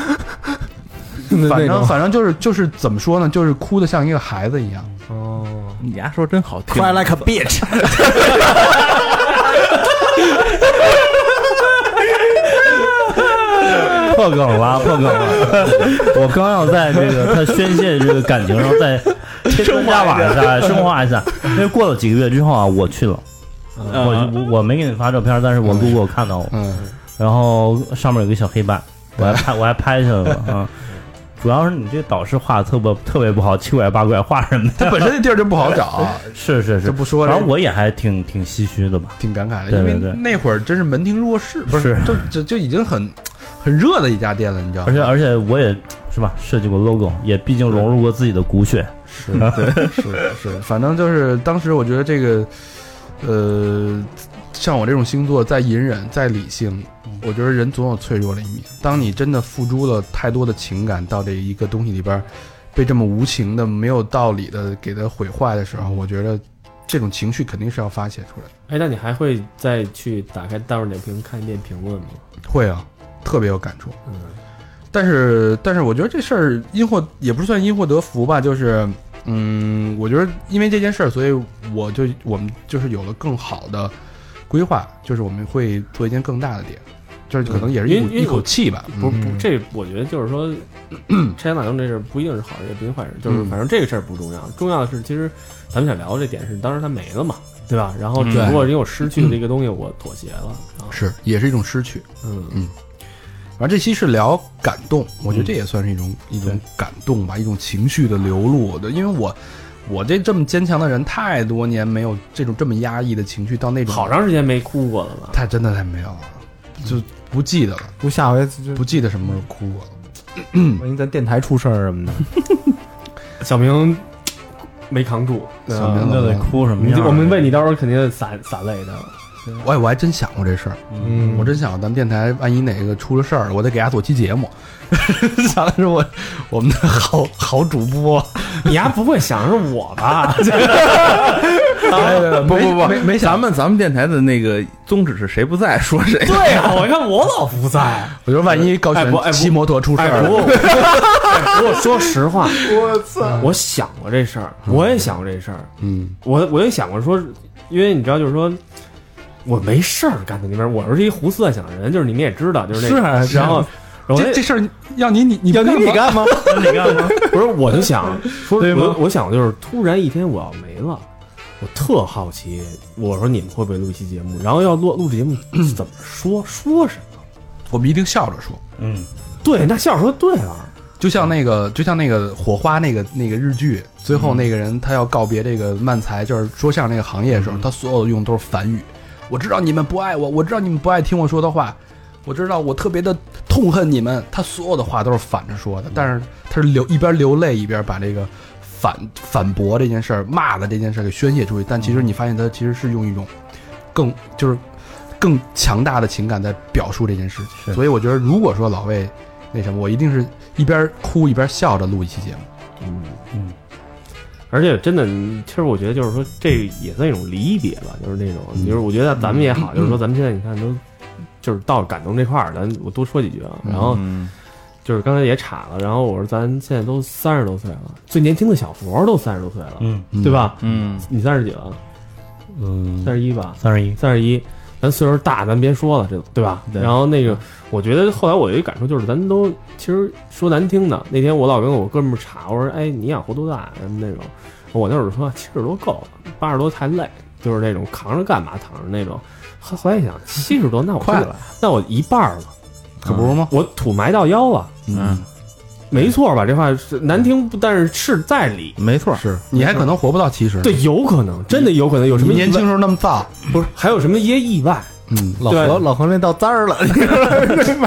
那
反正
种
反正就是就是怎么说呢，就是哭的像一个孩子一 样。
哦，
你牙说真好听
cry like a bitch，
破梗了，破梗了！我刚要在这个他宣泄这个感情上再升加瓦一下，升华一下。因为过了几个月之后啊，我去了，我我我没给你发照片，但是我路过看到，
嗯，
然后上面有个小黑板，我还拍我还拍下来了啊。主要是你这导师画的特别特别不好，七拐八拐画什么
他
的？
本身那地儿就不好找，啊
是是，
就是不说了
然后我也还挺挺唏嘘的吧。
挺感慨的，
对
因
对
为
对
那会儿真是门庭若市，不是
是
就就就已经很很热的一家店了，你知道
而
吗？
且而且我也是吧，设计过 logo，也毕竟融入过自己的骨血。
是 对是是，反正就是当时我觉得这个，呃，像我这种星座，再隐忍再理性，我觉得人总有脆弱的一面。当你真的付诸了太多的情感到这一个东西里边儿，被这么无情的、没有道理的给它毁坏的时候，我觉得这种情绪肯定是要发泄出来的。
哎，那你还会再去打开大众点评看一遍评论吗？
会啊，特别有感触。
嗯，
但是，但是我觉得这事儿因祸也不是算因祸得福吧，就是，嗯，我觉得因为这件事儿，所以我就我们就是有了更好的规划，就是我们会做一件更大的点，就是可能也是一
因
股
为因为
一口气吧，
不
嗯
不，这我觉得就是说，拆迁打工这事儿不一定是好事，也不一定坏事，就是
嗯
反正这个事儿不重要，重要的是其实咱们想聊的这点是，当时它没了嘛，对吧？然后
嗯
只不过因为我失去了这个东西，我妥协了啊，
是也是一种失去。
嗯
反正这期是聊感动，我觉得这也算是一种、一种感动吧，一种情绪的流露。对，因为我我这这么坚强的人，太多年没有这种这么压抑的情绪到那种，
好长时间没哭过了吧？
太真的太没有了，就不记得了。
不下回就
不记得什么时候哭过了。
万一咱电台出事儿什么的，
小明没扛住，
小明
啊
嗯
那得哭什么
你
样
就
儿？
我们为你到时候肯定洒洒泪的。
我我还真想过这事儿，
嗯
我真想过咱们电台万一哪个出了事儿，我得给他做期节目。 想的是我我们的好好主播，
你丫不会想是我吧？
不不不，
没没想
咱们咱们电台的那个宗旨是谁不在说谁，
对呀、我看我老哎不在。
我觉得万一高
哎不哎
璇
不
骑摩托出事儿
哎，不
了，
过我，哎不过说实话，我操，我想过这事儿，我也想过这事儿，
嗯，
我我也想过说，因为你知道，就是说。我没事儿干在那边，我是一胡思乱想的人，就是你们也知道，就是那个，
是啊
然后，然后哎
这这事儿要你你你
要
不干
你你
吗
干吗？
你干嘛？
不是，我就想说，
对吗
我我想就是突然一天我要没了，我特好奇，我说你们会不会录一期节目？然后要录录这节目怎么说说什么？
我们一定笑着说，
嗯，
对，那笑说对了，
就像那个就像那个火花那个那个日剧，最后那个人他要告别这个漫才，就是说相声这个行业的时候，他所有的用都是反语。我知道你们不爱我，我知道你们不爱听我说的话，我知道我特别的痛恨你们。他所有的话都是反着说的，但是他是流一边流泪一边把这个反反驳这件事儿、骂的这件事儿给宣泄出去。但其实你发现他其实是用一种更就是更强大的情感在表述这件事情。
是
所以我觉得，如果说老魏那什么，我一定是一边哭一边笑着录一期节目。
嗯
嗯，
而且真的，你其实我觉得就是说，这也算一种离别吧，就是那种，就是我觉得咱们也好，就是说咱们现在你看都。就是到感动这块儿，咱我多说几句啊。然后
嗯，
就是刚才也岔了，然后我说咱现在都三十多岁了，最年轻的小佛都三十多岁了，
嗯
嗯
对吧？
嗯，
你三十几了？
嗯，
三十一吧，
三十一，
三十一，咱岁数大，咱别说了，这对吧？
对
然后那个，我觉得后来我有一感受，就是咱都其实说难听的，那天我老跟我哥们儿查，我说：“哎，你想活多大？”什么那种，我那会儿说七十多够了，八十多太累，就是那种扛着干嘛躺着那种。后后来一想，七十多，那我
快
了，那我一半儿了，
可不是吗？
我土埋到腰了，
嗯，
没错吧？这话是难听，不但是是在理。
没错，
是嗯你还可能活不到七十，
对，，有可能，真的有可能有什么
年轻
意外
时候那么燥，
不是还有什么一些意外？
嗯，
老
对
何老何那到簪 儿了，
那怎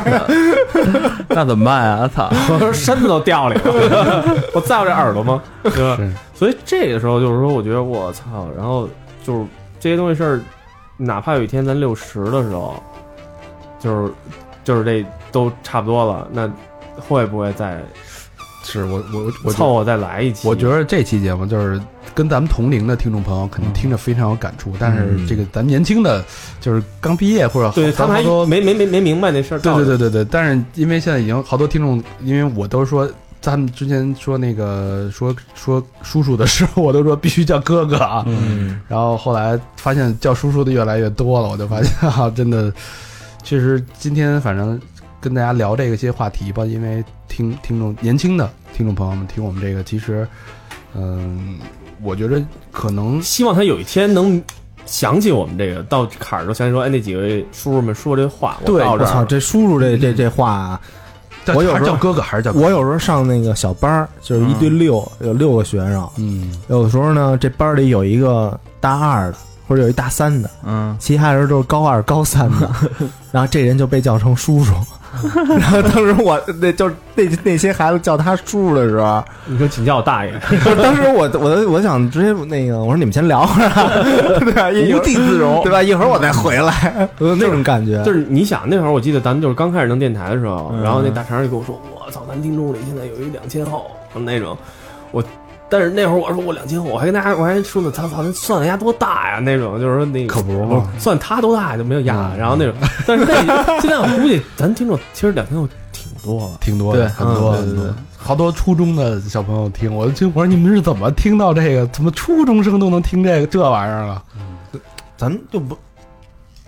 么办呀？我操，
我说身子都掉里了， 我在乎这耳朵吗？对吧？
是
所以这个时候就是说，我觉得我操，然后就是这些东西事儿，哪怕有一天咱六十的时候，就是就是这都差不多了，那会不会再
是我我我
凑合再来一期？
我觉得这期节目就是跟咱们同龄的听众朋友肯定听着非常有感触，但是这个咱们年轻的，就是刚毕业或者
对
好
他们还
好多
没没没没明白那事儿。
对对对对对，但是因为现在已经好多听众，因为我都说。他们之前说那个说说叔叔的时候，我都说必须叫哥哥啊。
嗯，
然后后来发现叫叔叔的越来越多了，我就发现啊，真的，确实今天反正跟大家聊这个些话题吧，因为听听众年轻的听众朋友们听我们这个，其实，嗯，我觉得可能
希望他有一天能想起我们这个，到坎儿时候想起说，哎，那几位叔叔们说这话，我
对
到
我
这
操，
儿了，
这叔叔这这这话 啊，我有时
还
候
是叫哥哥还是叫哥哥
我有时候上那个小班儿，就是一
嗯
对六，有六个学生，
嗯
有的时候呢，这班里有一个大二的，或者有一大三的，
嗯，
其他人都是高二、高三 的，然后这人就被叫成叔叔。然后当时我那就是那那些孩子叫他叔叔的时候，
你说请叫我大爷，
不是当时我我都我想直接那个，我说你们先聊会儿啊，对吧？一会儿
地自容
对吧？一会儿我再回来，我有那种感觉。
就是你想那会儿，我记得咱们就是刚开始弄电台的时候，然后那大肠就跟我说：“我操，咱听众里现在有一两千后那种。”我，但是那会儿我说我两千后，我还跟大家我还说呢，他操，那算他家多大呀？那种就是说那个
可不是嘛
算他多大就没有压。然后那种，但是那现在我估计咱听众其实两千后挺多 了。
挺多的，
对
很多
嗯对
很
对
多，好多初中的小朋友听，我就听我说你们是怎么听到这个？怎么初中生都能听这个这玩意儿啊了？
咱们就不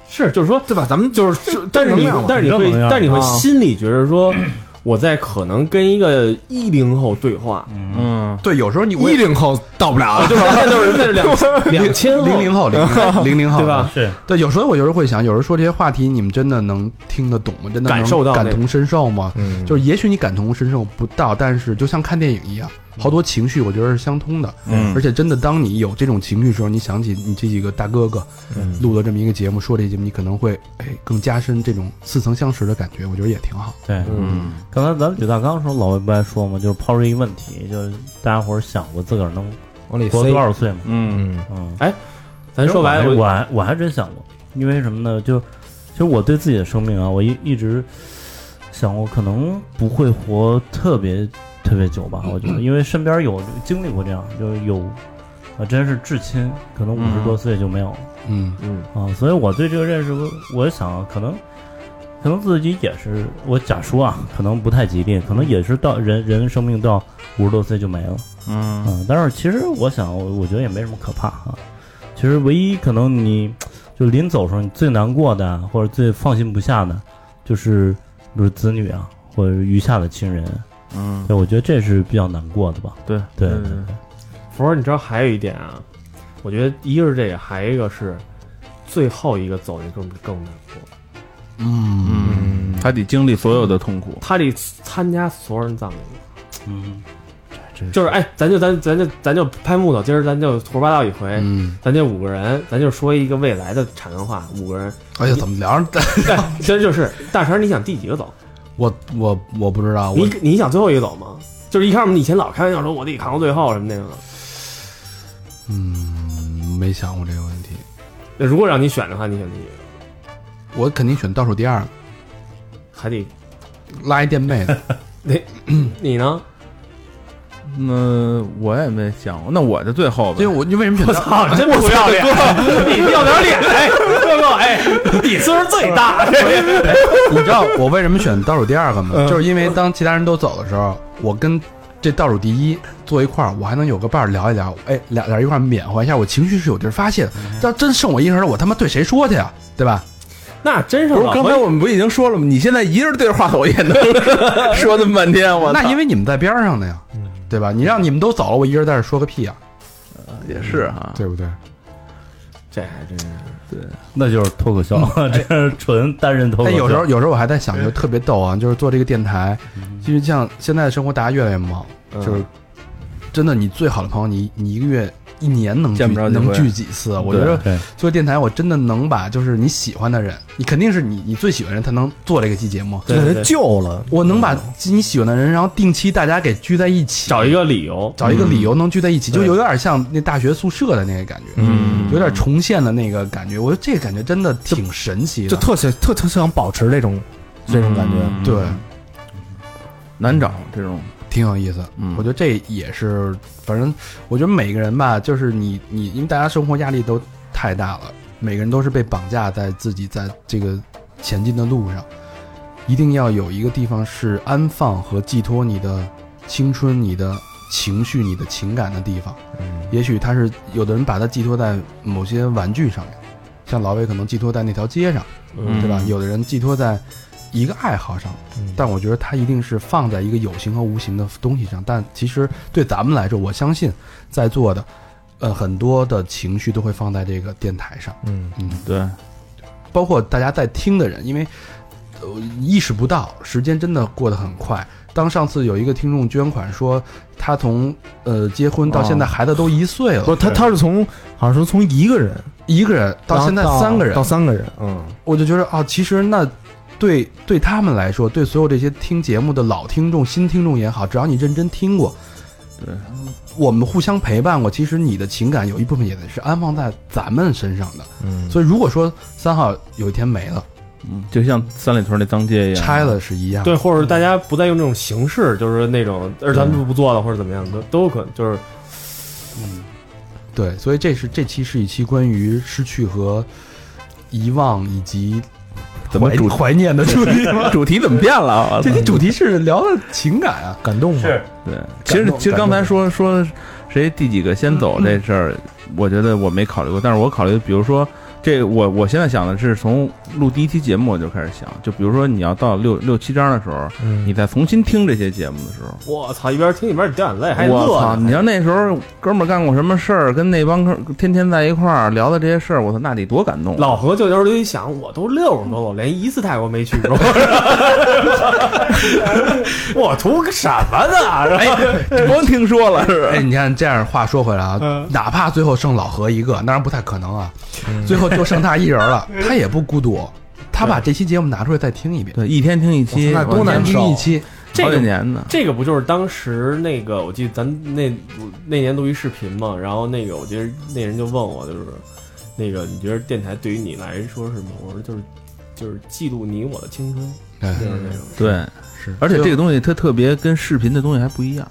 是，就是说，
对吧？咱们就是
但是
正能
你
量，嘛
但是你
正
会
能，量
但是你会
啊
心里觉得说，我在可能跟一个一零后对话，
嗯，
对，有时候你
一零后到 不了，
就是那就是那是 两两千后
零零后，零 零零零后，
对吧？？
是
对，有时候我有时候会想，有时候说这些话题，你们真的能听得懂吗？真的能
感受到那
感同身受吗？
嗯
就是也许你感同身受不到，但是就像看电影一样，好多情绪我觉得是相通的。
嗯
而且真的，当你有这种情绪的时候，你想起你这几个大哥哥录的这么一个节目，说这节目，你可能会哎更加深这种似曾相识的感觉，我觉得也挺好。
对。
嗯，
刚才咱们吕大刚说，老魏不还说嘛，就是抛出一个问题，就是大家伙儿想过自个儿能
往里
活
塞
多，少岁嘛？
嗯
嗯
嗯，
咱说白了，
我
我
还我还真想过，因为什么呢？就其实我对自己的生命啊，我一一直想过，可能不会活特别特别久吧。我觉得，因为身边有经历过这样，就是有啊，真是至亲，可能五十
嗯
多岁就没有了。
嗯
嗯，
啊，所以我对这个认识，我我想可能，可能自己也是，我假说啊，可能不太吉利，可能也是到人人生命到五十多岁就没了啊、
嗯
但是其实我想，我我觉得也没什么可怕啊。其实唯一可能你就临走的时候，你最难过的啊或者最放心不下的，就是比如子女啊，或者余下的亲人。
嗯，
对，我觉得这是比较难过的吧。
对
对
对
嗯
对
福嗯儿，你知道还有一点啊，我觉得一个是这个，还有一个是最后一个走那更更难过。
嗯
嗯，他得经历所有的痛苦，
他得参加所有人葬礼，
嗯，
就是哎，咱就咱咱就咱就拍木头，今儿咱就胡说八道一回，
嗯，
咱就五个人，咱就说一个未来的产能化，五个人，
哎呀，怎么聊上？
哎，其实就是大成，你想第几个走？
我我我不知道，啊我
你你想最后一个走吗？就是一开始我们以前老开玩笑说我得扛到最后什么那种的。
嗯没想过这个问题，
那如果让你选的话，你选第几个？
我肯定选倒数第二，
还得
拉一垫背 的。
你呢？
那我也没想过，那我就最后吧
因为，我你为什么选
我
倒？
操，真不要脸！你要点脸，哎，哥哥，哎，你岁数最大，
你知道我为什么选倒数第二个
嗯
吗？就是因为当其他人都走的时候，我跟这倒数第一坐一块儿，我还能有个伴儿聊一聊。哎，俩俩人一块儿缅怀一下，我情绪是有地儿发泄的。
嗯
要真剩我一个人，我他妈对谁说去啊？对吧？
那真是
不是
老
刚才我们不已经说了吗？你现在一人对着话筒也 能说那么半天，我
那因
为
为你们在边儿上呢呀，
嗯
对吧？你让你们都走了，我一人在这儿说个屁啊，
也是哈，
对不对？
这还真是
那就是脱口秀， 这是纯单人脱口
但哎
秀。
有时候，有时候我还在想，就特别逗啊，就是做这个电台，
嗯
其实像现在的生活，大家越来越忙，就是真的，你最好的朋友，你你一个月、一年能聚
见不着几
能
回
聚几次？啊我觉
对
得
对
做电台，我真的能把就是你喜欢的人，你肯定是你你最喜欢的人，他能做这个期节目。
就
对
给
对
人
对
救了，
我能把你喜欢的人，然后定期大家给聚在一起，
嗯找一个理由，嗯
找一个理由能聚在一起，就
对
有点像那大学宿舍的那个感觉，
嗯
有点重现的那个感觉。我觉得这个感觉真的挺神奇的，
就特想特特想保持这种这种感觉。
嗯
对，
难找这种，
挺有意思。
嗯
我觉得这也是，反正我觉得每个人吧，就是你你，因为大家生活压力都太大了，每个人都是被绑架在自己在这个前进的路上，一定要有一个地方是安放和寄托你的青春、你的情绪、你的情感的地方。
嗯
也许他是有的人把它寄托在某些玩具上面，像老魏可能寄托在那条街上，
嗯
对吧？有的人寄托在一个爱好上，
嗯
但我觉得它一定是放在一个有形和无形的东西上。但其实对咱们来说，我相信在座的，呃，很多的情绪都会放在这个电台上，
嗯
嗯，
对，
包括大家在听的人，因为、呃、意识不到时间真的过得很快。当上次有一个听众捐款说，他从呃结婚到现在，
哦
孩子都一岁了，
不，他他是从好像说从一个人
一个人到现在
然后
三个人
到，三个人，嗯，
我就觉得啊，其实那对对他们来说，对所有这些听节目的老听众、新听众也好，只要你认真听过，
对，
我们互相陪伴过，其实你的情感有一部分也是安放在咱们身上的。
嗯
所以，如果说三号有一天没了，
嗯，就像三里屯那脏街一样，
拆了是一样的，
对，或者是大家不再用这种形式，就是那种，而咱们不做了，或者怎么样，都都有可能，就是
对，所以这是这期是一期关于失去和遗忘以及
怎么
怀
主
怀念的主题。
主题怎么变了？我操
这期主题是聊的情感啊，
感动嘛，
对，其实其实刚才说说谁第几个先走这事儿，我觉得我没考虑过，但是我考虑，比如说这我我现在想的是从录第一期节目我就开始想，就比如说你要到六六七章的时候，
嗯
你再重新听这些节目的时候。
我操，一边听一边掉眼泪，啊还
我
乐
操！
呢。
你要那时候哥们儿干过什么事儿，跟那帮哥天天在一块儿聊的这些事儿，我操，那得多感动！啊
老何就有时候一想，我都六十多了，我连一次泰国没去 过，我图个什么呢？
哎，光听说 了是吧
哎，你看这样话说回来
嗯
啊，哪怕最后剩老何一个，当然不太可能啊，最后就剩他一人 了，他也不孤独，他把这期节目拿出来再听一遍，
对，一天听一期，
我操那多
往前
难
先
受
听一期，
这
好几
个
年呢。
这个不就是当时那个，我记得咱那那年录一视频嘛，然后那个我记得那人就问我，就是那个你觉得电台对于你来说是什么？我说就是就是记录你我的青春，
哎
就是那种。
对，
是，
而且这个东西它特别跟视频的东西还不一样，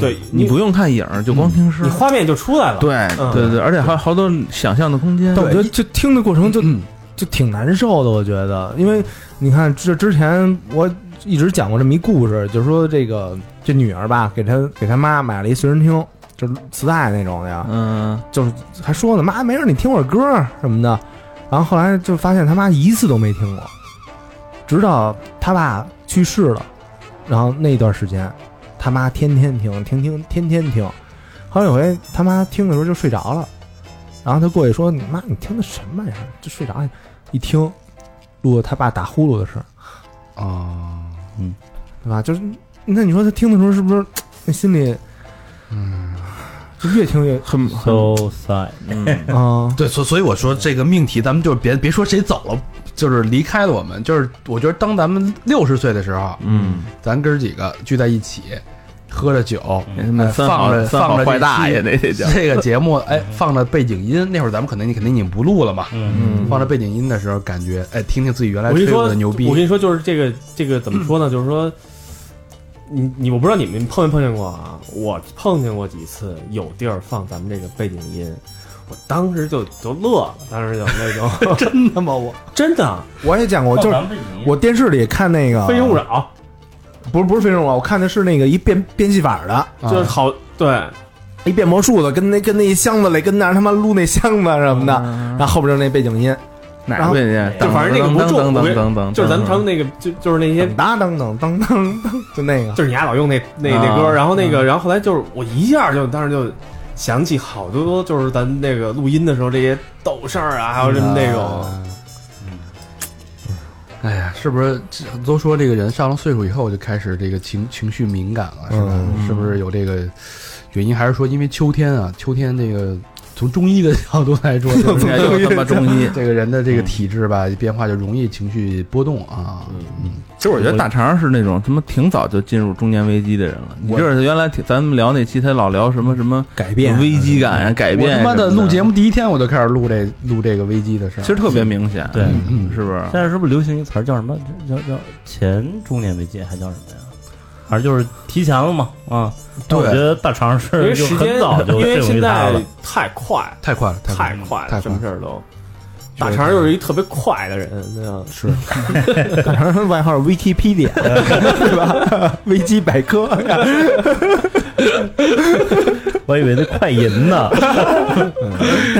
对
你不用看影儿，就光听声
你
儿。
画面就出来了，
对
嗯
对对，而且还有好多想象的空间。
但我觉得就听的过程就
嗯
就挺难受的，我觉得，因为你看这之前我一直讲过这么一故事，就是说这个这女儿吧，给她给她妈买了一随身听，就是磁带那种的呀，
嗯，
就是还说呢，妈没事儿你听会儿歌儿什么的，然后后来就发现他妈一次都没听过，直到他爸去世了，然后那段时间他妈天天听，听听天天听，后来有回他妈听的时候就睡着了，然后他过去说：“你妈，你听的什么玩意儿？就睡着了。”一听，录了他爸打呼噜的声儿，
哦，
对吧？就是那你说他听的时候是不是那心里
嗯，
就越 听越
很
so sad，
嗯
啊？
对，所所以我说这个命题，咱们就别别说谁走了，就是离开了我们，就是我觉得当咱们六十岁的时候，啊
嗯，
咱哥儿几个聚在一起，喝着酒，
嗯那
哎
他妈三好
放着
三好
放着
坏
这
大
期
爷那得叫。
嗯
这个节目哎放着背景音，那会儿咱们可能你肯定已经不录了嘛，
嗯，
放着背景音的时候，感觉哎，听听自己原来
我跟你
吹
说
过的牛逼
我。跟你说，就是这个这个怎么说呢？就是说，你你我不知道你们碰没碰见过啊？我碰见过几次有地儿放咱们这个背景音，我当时就就乐了，当时就那种
真他妈我
真的
我也讲过，就是我电视里看那个
《非诚勿扰
不是不是非诚勿扰，我看的是那个一变变戏法的，》
就是好对，
一变魔术的，跟那跟那一箱子里跟那儿他妈撸那箱子什么的，
嗯
然后后边就是那背景音，
哪个人家？
就反正那个不重，我
当
跟
当当，
就是咱们常那个就就是那些
噔。当当当当当当，就那个，
就是你丫老用那那那歌，然后那个，然后后来就是我一下就当时就想起好多，就是咱那个录音的时候这些逗事儿啊，还有什
嗯
么那种，
哎呀，是不是这都说这个人上了岁数以后就开始这个情情绪敏感了，是吧？
嗯
是不是有这个原因？还是说因为秋天啊？秋天这个从中医的角度来 说，就
应该
是
哎 就他妈中医。嗯
这个人的这个体质吧，变化就容易情绪波动啊。
其实我觉得大肠是那种他妈挺早就进入中年危机的人了。你这是原来挺咱们聊那期，他老聊什么什么
改
危机感啊、改
我
变。
他妈的录节，目第一天我就开始录这录这个危机的事儿，
其实特别明显，
对
嗯
是不是？
现在是不是流行一词儿叫什么？叫叫前中年危机，还叫什么呀？反正就是提前了嘛，啊，但我
对
觉得大肠
因
是
为
就
时间
很早就
因为
进入
现
一大
在
了，
太快，
太快了，
太
快了，
快
太
了，什么事儿都。大肠又是一特别快的人，对吧？
是
大肠外号 Wikipedia，对吧？维基百科，
我以为那快银 呢，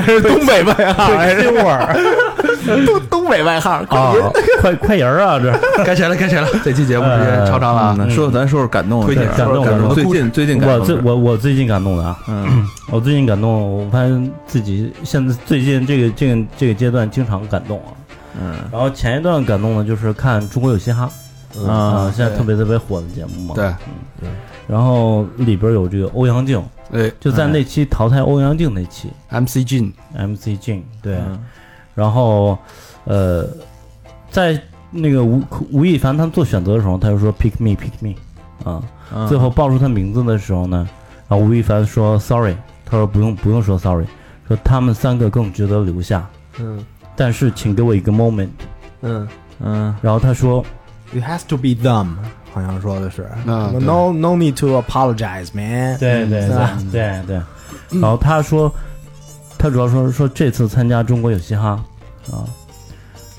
是东北外号，还是
会儿
东东北外号？
啊，快快银儿 啊，这
该 谁了该谁了，这期节目时间超长了啊，
嗯说咱说说感动的
推
事
荐
儿，
感动
说
感动
最近最近感
我
动
最
的事儿
我我最近感动的啊，
嗯
我最近感动，我发现自己现在最近这个这个这个阶段经常感动啊。
嗯
然后前一段感动呢，就是看《中国有嘻哈》啊、
啊
现在特别特别火的节目
嗯
嘛。。
对，
然后里边有这个欧阳靖，
哎
就在那期淘汰欧阳靖那期
，MC Jin，
，MC 靖对。
嗯
然后，呃，在那个吴吴亦凡他们做选择的时候，他就说 “pick me, pick me”，啊、
嗯
最后报出他名字的时候呢，然后吴亦凡说 “sorry”，他说不用不用说 “sorry”，说他们三个更值得留下，
嗯
但是请给我一个 moment。
嗯，
嗯
然后他说
It has to be them，好像说的是
嗯对
No no need to apologize, man。
对对
是吧
对对对，然后他说，他主要说说这次参加中国有嘻哈啊，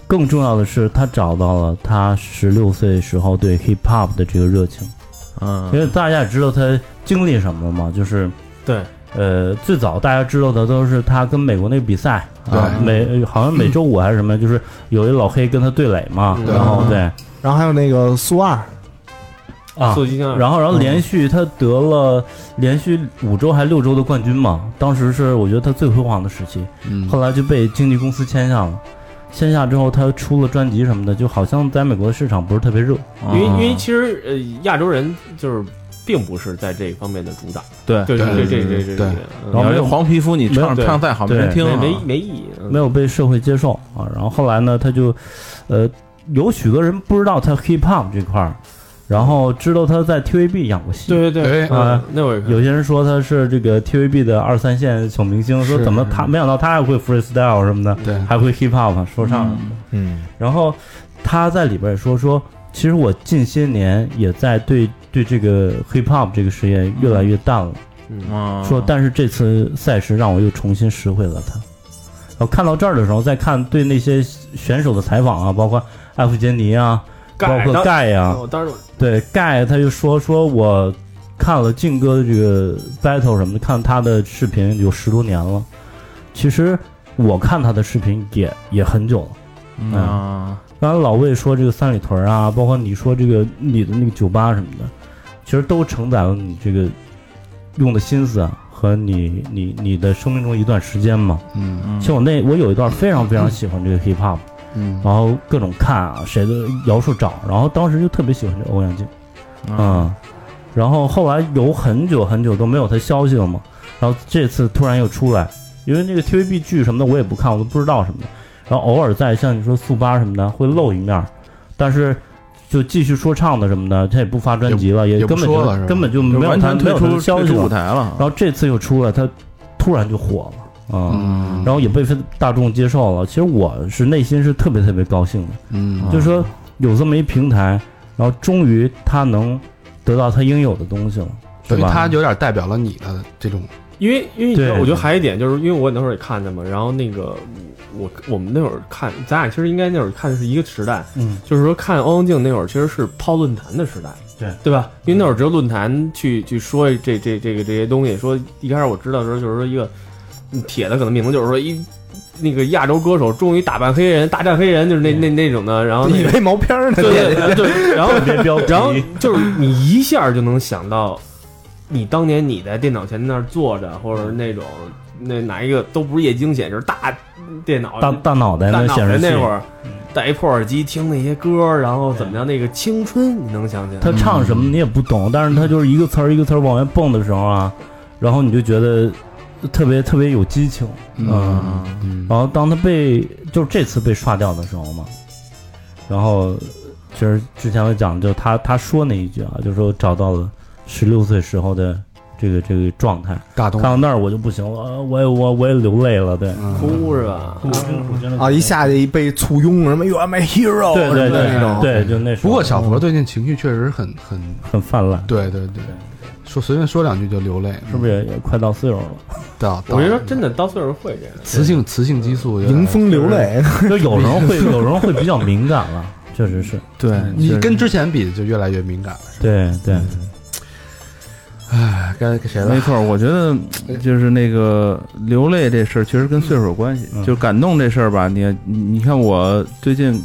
更重要的是他找到了他十六岁时候对 hip hop 的这个热情，因
嗯
为大家也知道他经历什么了嘛，就是
对，
呃，最早大家知道的都是他跟美国那个比赛，啊，
对
每好像每周五还是什么，就是有一老黑跟他对垒嘛，
嗯
然后对
然后还有那个苏二，
啊，
速激将，
然后，然后连续他得了连续五周还六周的冠军嘛，当时是我觉得他最辉煌的时期。
嗯，
后来就被经纪公司签下了，签下之后他出了专辑什么的，就好像在美国的市场不是特别热。
嗯
因为因
啊
为其实呃亚洲人就是并不是在这方面的主打，
对
对
对
这这这这
对
这，
然后
你要
没
这
有
黄皮肤，你
没有
唱
对
唱再好没人
对
听
没
啊，
没没意义，嗯
没有被社会接受啊。然后后来呢，他就，呃，有许多人不知道他 hip hop 这块儿，然后知道他在 TVB 演过戏。
对对对
哎
啊，那我也看
有些人说他是这个 TVB 的二三线小明星，说
是
怎么他没想到他还会 freestyle 什么的，
对嗯
还会 hip hop 说唱。
嗯，
然后他在里边也说说，其实我近些年也在对对这个 hip hop 这个事业越来越淡了。
嗯
嗯
说，但是这次赛事让我又重新拾回了他。然后看到这儿的时候，再看对那些选手的采访啊，包括艾弗杰尼啊，包
盖嗯
括
当
盖啊呀、
我哦当时
对盖他就说说我看了靖哥的这个 battle 什么的，看他的视频有十多年了。其实我看他的视频也也很久了。
嗯啊
刚才老魏说这个三里屯啊，包括你说这个你的那个酒吧什么的，其实都承载了你这个用的心思啊，和你你你的生命中一段时间嘛。
嗯
嗯
其实我那我有一段非常非常喜欢这个 hip hop，
嗯，
然后各种看啊，谁的摇树找，然后当时就特别喜欢这欧阳靖，嗯，然后后来有很久很久都没有他消息了嘛，然后这次突然又出来，因为那个 TVB 剧什么的我也不看，我都不知道什么的，然后偶尔在像你说速八什么的会露一面儿，但是就继续说唱的什么的，他也不发专辑了，也
也不
根本
说
就
了是吧
根本就
就
没有
完
他
全
没
退
有他
出
的消
退
息
出
了
舞，台了
然，后这次又出来，他突然就火了啊。
嗯，
然后也被大众接受了。其实我是内心是特别特别高兴的，
啊
嗯，
就是说有这么一平台，然后终于他能得到他应有的东西了，对
等于
吧？
他有点代表了你的这种，
因为因为你知道
对
我觉得还有一点就是，因为我那会儿也看他嘛，然后那个我我们那会儿看，咱俩其实应该那会儿看的是一个时代，
嗯，
就是说看欧阳靖那会儿其实是泡论坛的时代，
对嗯
对吧？因为那会儿只有论坛去去说这这这个这些东西，说一开始我知道的时候就是说一个嗯帖子可能名字就是说一。那个亚洲歌手终于打败黑人，大战黑人，就是那那那种的，然后那
以
个
为毛片儿呢？
对对对对，然后
特别标 题，
然后就是你一下就能想到，你当年你在电脑前那儿坐着，或者那种那哪一个都不是液晶显示，大电脑
大大脑袋
大
那
脑
显
袋
示器
那，会儿，戴一破耳机听那些歌，然后怎么样？那个青春，你能想起来？
他唱什么
嗯
你也不懂，但是他就是一个词儿一个词儿往外蹦的时候啊，然后你就觉得特别特别有激情，
嗯
然后当他被就是这次被刷掉的时候嘛，然后其实之前我讲，就他他说那一句啊，就说找到了十六岁时候的这个这个状态，
大东
看，到那儿我就不行了，呃我也我我也流泪了，对，
哭是吧？
我真我真的
嗯
啊，一下去一被簇拥，什么 You are my hero，
对对
什么的那
对
种。
对，就那时
不
候
过小佛最近情绪确实很很，
很泛滥，
对对对，说随便说两句就流泪，
是不是也也快到岁 数了？
到
我跟你说，真的到岁数会这样。
雌性雌性激素有点
迎风流泪，
就有 人会有人会比较敏感了，确实是，
对你
是
跟之前比就越来越敏感了。
对对，
哎，该给谁了
没？错，我觉得嗯就是那个流泪这事儿，其实跟岁数有关系。
嗯
就感动这事儿吧，你你你看，我最近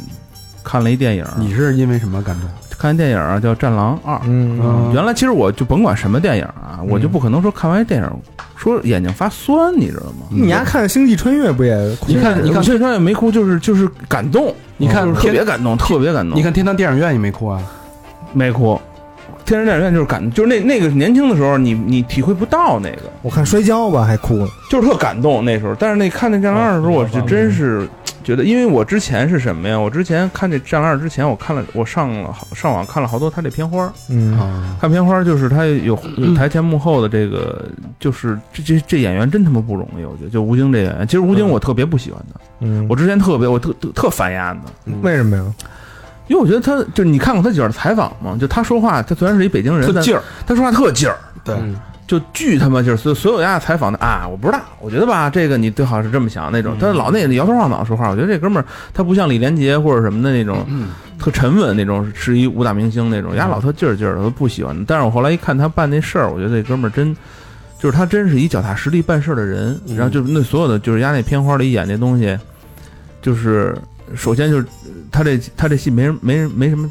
看了一电影，
你是因为什么感动？
看一电影啊叫《战狼二》。
嗯，
嗯
原来其实我就甭管什么电影啊，我就不可能说看完电影说眼睛发酸，你知道吗？呃
你丫看《星际穿越》不也哭？
嗯你看你看
这穿也没哭，就是就是感动，
你看
就是特
天
别感动，特别感动。
你看天堂电影院你没哭啊？
没哭，天人电影院就是感，就是那那个年轻的时候，你你体会不到那个，
我看摔跤吧，还哭呢。
就是特感动那时候。但是那看那《战狼二》的时候，我就真
嗯
是觉得，因为我之前是什么呀？我之前看这《战狼二》之前，我看了，我上了好上网看了好多他这片花儿，
嗯，
啊，
看片花儿就是他有
嗯
有台前幕后的这个，就是这这这演员真他妈不容易，我觉得就吴京这演员，其实吴京我特别不喜欢他，
嗯
我之前特别我特特特烦丫的。
嗯
为什么呀？
因为我觉得他就是你看过他几段采访吗？就他说话，他虽然是一北京人，
特
但
劲儿，
他说话特劲儿，
对
嗯
就巨他妈劲儿。所所有家采访的啊，我不知道，我觉得吧，这个你最好是这么想那种。他老那摇头晃脑说话，我觉得这哥们儿他不像李连杰或者什么的那种
嗯
特沉稳那种，是一武打明星那种，丫老特劲儿劲儿的，我都不喜欢。但是我后来一看他办那事儿，我觉得这哥们儿真。就是他真是一脚踏实地办事儿的人，
嗯
然后就是那所有的就是丫那片花里演那东西，就是首先就是他这他这戏没人没人没什么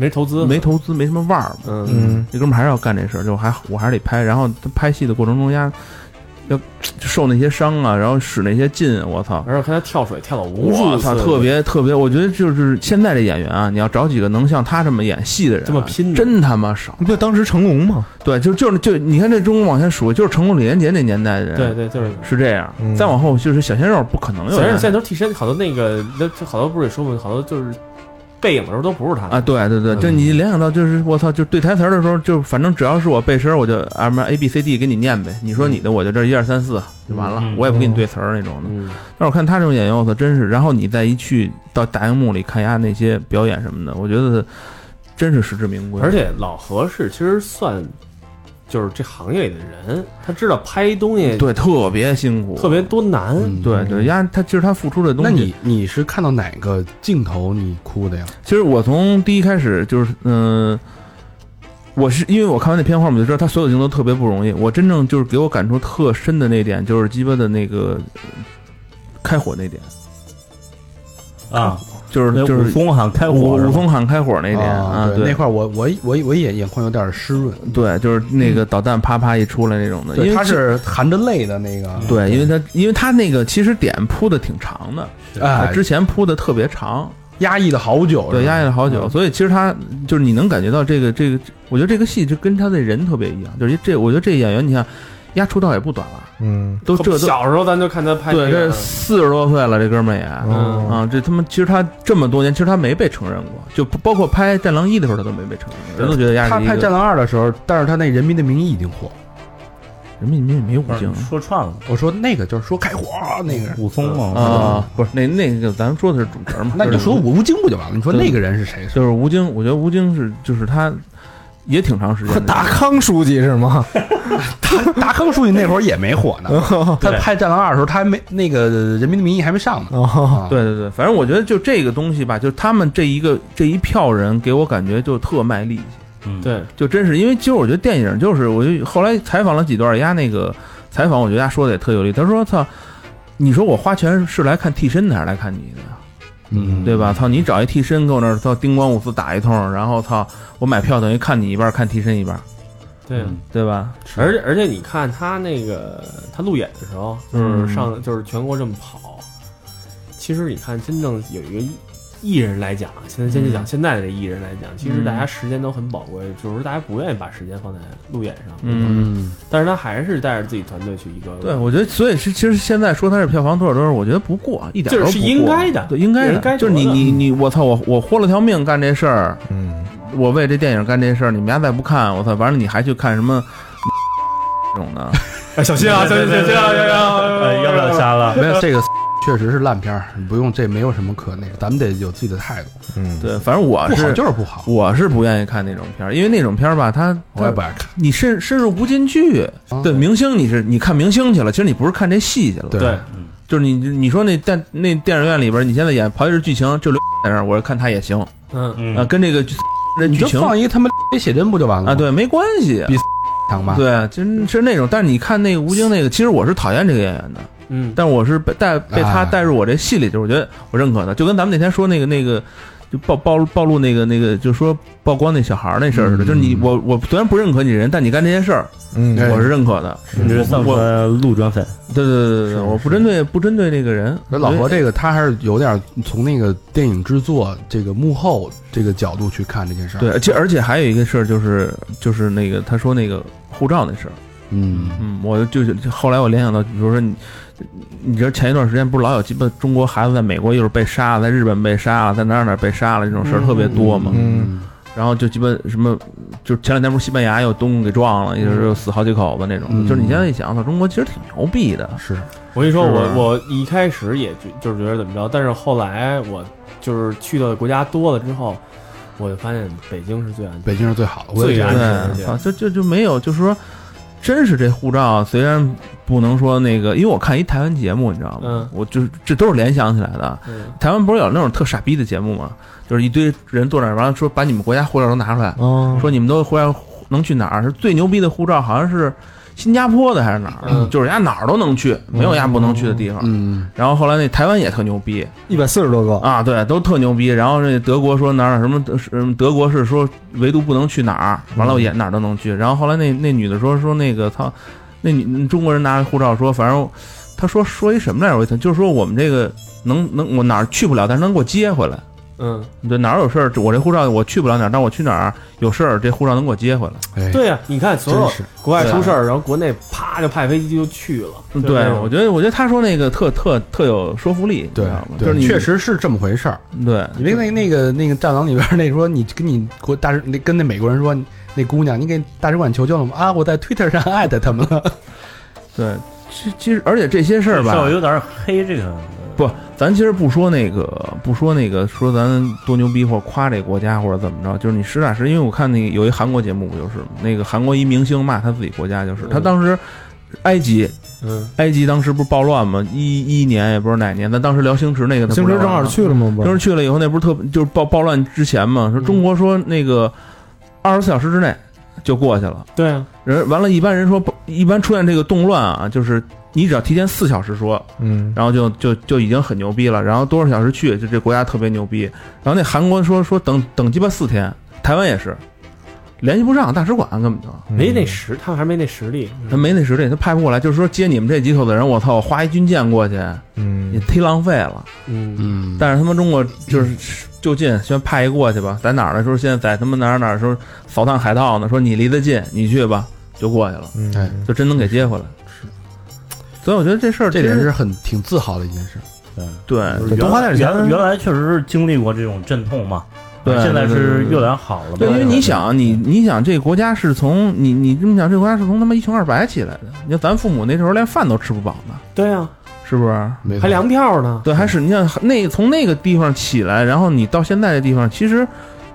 没投资，
没，投资，没什么腕儿嘛。
嗯，
嗯，
这哥们儿还是要干这事儿，就还我还是得拍。然后他拍戏的过程中，呀，要受那些伤啊，然后使那些劲，我操！
而且看他跳水跳了无数
我
次，
操，特别特别，我觉得就是现在这演员啊，你要找几个能像他这么演戏的人啊、
这么拼的
真他妈少。
你不就当时成龙吗？
对，就就是就你看这中国往前数，就是成龙、李连杰那年代的人，
对，对，就是。
是这样。
嗯
再往后就是小鲜肉，不可能有
虽然
人
现在都替身，好多那个，那好多不是也说嘛，好多就是背影的时候都不是他
啊，，对对对，就你联想到就是我操，就对台词儿的时候，就反正只要是我背诗儿，我就啊什么 A B C D 给你念呗，你说你的，我就这一二三四就完了
嗯，
我也不给你对词儿那种的。
嗯，
但是我看他这种演员，我操，真是，然后你再一去到大荧幕里看人家那些表演什么的，我觉得真是实至名归。
而且老何是其实算就是这行业里的人，他知道拍东西
对特别辛苦，
特别多难，
嗯
对对，人家他其实他付出的东
那
西，
你你是看到哪个镜头你哭的呀？
其实我从第一开始就是，嗯、我是因为我看完那片花，我们就知道他所有镜头特别不容易。我真正就是给我感触特深的那点，就是鸡巴的那个呃开火那点，
啊，
就是
哎
那
就
武
是
松好像开
武
火是吧
武松喊开火那点啊，
哦对，那
对
块儿我我我我也眼眶有点湿润，
对，就是那个导弹啪啪一出来那种的，
嗯
因
对，
为
他
其
是含着泪的那个，
对，因为他因为他那个其实点铺的挺长的，他
哎，
之前铺的特别长，
压抑了好久，
对，压抑
抑，
了好久，所以其实他就是你能感觉到这个这个，我觉得这个戏就跟他的人特别一样，就是这我觉得这演员你看，压出道也不短了。
嗯，
都这都
小时候咱就看他拍
对，
那
这
个
四十多岁了，这哥们儿也
哦
嗯
啊，这他妈其实他这么多年，其实他没被承认过，就不包括拍《战狼一》的时候，他都没被承认过，人都觉得压
他
是一
拍《战
个
狼二》的时候，但是他那《人民的名义》已经火。
人民民没有武
不是
警
说串了，
我说那个就是说开火啊那个
嗯
人，
武松嘛，
啊，不是那那个，咱们说的是主角嘛，
那你就
就是
说吴京不就完了？你说
对
那个人是谁？是
就是吴京，我觉得吴京是就是他也挺长时间的
达康书记是吗？
达康书记那会儿也没火呢，他
对
拍《战狼二》的时候，他还没那个《人民的名义》还没上呢。
哦，
啊，
对对对，反正我觉得就这个东西吧，就他们这一个这一票人给我感觉就特卖力气。
嗯，
对，
就真是因为其实我觉得电影就是，我就后来采访了几段，人家那个采访，我觉得人家说的也特有力。他说：“操，你说我花钱是来看替身的，还是来看你的，
嗯，
对吧？操，你找一替身跟我那儿操叮咣五四打一通，然后操我买票等于看你一半，看替身一半，
对，
对吧？
而且而且你看他那个他路演的时候，
嗯
就是上、就是全国这么跑，其实你看真正有一个艺艺人来讲，现在先就讲
嗯
现在的艺人来讲，其实大家时间都很宝贵，就是大家不愿意把时间放在路演上，
嗯。”
嗯，
但是他还是带着自己团队去一个
对，我觉得，所以是其实现在说它是票房多少多少，我觉得不过一点都不
就
过，
是应该的
对，应该的，
应该得
就是你你
嗯
你，我操，我我豁了条命干这事儿，
嗯，
我为这电影干这事儿，你们家再不看，我操，完了你还去看 什么这种的，
小心啊，小心小心啊，
呃，要不要瞎了？
嗯
没有这个。 确实是烂片儿，不用这没有什么可那个，咱们得有自己的态度，
嗯，
对，反正我
不好
啊是
就是不好，
我是不愿意看那种片儿，因为那种片儿吧，它
我也不爱看。
你深深入不进去。
啊
对，明星你是你看明星去了，其实你不是看这戏去了。
对
对，
嗯
就是你你说那电那电影院里边，你现在演刨去剧情，就刘在那儿，我看他也行啊、
嗯，
嗯
跟这个剧这
你
剧
就
情
放一他妈写真不就完了吗
啊，，对，没关系。
比强吧？
对，就是是那种，但是你看那个吴京那个，其实我是讨厌这个演员的，
嗯，
但是我是被带被他
哎
带入我这戏里，就是我觉得我认可他，就跟咱们那天说那个那个。就暴暴露暴露那个那个，就说曝光那小孩儿那事儿似的，
嗯
就是你我我虽然不认可你人，但你干这些事儿，
嗯，
对
我是认可的。
你是丧
我
失路转粉，
对对对对对，我不针对不针对那个人。
所以老何
我觉得
这个他还是有点从那个电影制作这个幕后这个角度去看这件事儿。
对，而且而且还有一个事儿就是就是那个他说那个护照那事儿，
嗯，
嗯，我就是就后来我联想到，比如说你，你知道前一段时间不是老有鸡巴中国孩子在美国又是被杀了，在日本被杀了，在哪儿哪儿被杀了这种事儿
嗯
特别多嘛。
嗯，
然后就鸡巴什么，就前两天不是西班牙有东西给撞了，也就是有死好几口子那种。
嗯
就是你现在一想，操，中国其实挺牛逼的。
是
我跟你说，
是
我
吧
我一开始也就就是觉得怎么着，但是后来我就是去的国家多了之后，我就发现北京是最安全
北
的。
京是最好的，我也
最
觉
安
得
全的地
对，
儿
操，，就就就没有，就是说，真是这护照虽然不能说那个，因为我看一台湾节目，你知道吗？
嗯
我就是这都是联想起来的。
嗯
台湾不是有那种特傻逼的节目吗？就是一堆人坐那儿，完了说把你们国家护照都拿出来，
嗯
嗯
哦，
说你们都回来能去哪儿？是最牛逼的护照，好像是新加坡的还是哪儿？
嗯
就是人家哪儿都能去，没有人家不能去的地方。
嗯，
然后后来那台湾也特牛逼
一百四十多个，
啊，对，都特牛逼。然后那德国说哪儿什么德嗯德国是说唯独不能去哪儿，完
嗯
了也哪儿都能去。然后后来那那女的说说那个操，那女中国人拿着护照说，反正她说说一什么来着？我一听就是说我们这个能能我哪儿去不了，但是能给我接回来。
嗯，
对，哪儿有事儿，我这护照我去不了哪儿，但我去哪儿有事儿，这护照能给我接回来。
哎，
对呀，你看所
真
有
是
国外出事儿，然后国内啪就派飞机就去了。就是那
对，
种
我觉得，我觉得他说那个特特特有说服力，
对
你知道吗，就
对
是你
确，实是这么回事儿。
对，
因为那那个那个《战狼》里边儿那说你跟你国大使那跟那美国人说那姑娘，你给大使馆求救了吗？啊，我在 Twitter 上艾特他们了。
对，其其实而且这些事儿
稍
吧
微，有点黑这个，
不，咱其实不说那个，不说那个，说咱多牛逼或者夸这国家或者怎么着，就是你实打实，因为我看那个有一韩国节目不就是吗那个韩国一明星骂他自己国家，就是
嗯
他当时埃及。
嗯，
埃及当时不是暴乱吗？一一年也不知道哪年，咱当时聊星驰那个，他不
星驰
聊
正好
了吗
去了嗯吗？不，
就是是去了以后，那不是特就是暴暴乱之前嘛，说中国说那个二十四小时之内就过去了。
对啊，
人完了，一般人说不一般出现这个动乱啊，就是你只要提前四小时说，
嗯，
然后就就就已经很牛逼了。然后多少小时去，就这国家特别牛逼。然后那韩国说说等等鸡巴四天，台湾也是联系不上大使馆，根本就
没那实，他们还没那实力。
他没那实力，他派不过来。就是说接你们这几口子人，我操，我花一军舰过去也
嗯，
忒浪费了。
嗯，
嗯，
但是他们中国就是就近，先派一过去吧，在哪儿的时候，现在在他们哪儿哪儿的时候扫荡海盗呢，说你离得近，你去吧，就过去了，
嗯，
哎
就真能给接回来。所以我觉得这事儿
这
其实
点是很挺自豪的一件事。
对
得多花点钱
原原来确实是经历过这种阵痛嘛，
对
现在是
对对对
越来越好了嘛。
对，因为你想，你你想这个国家是从你你这么想，这个国家是从他妈一穷二白起来的。你看咱父母那时候连饭都吃不饱呢，
对啊，
是不是？
没错
还粮票呢。
对，还是你看那从那个地方起来，然后你到现在的地方，其实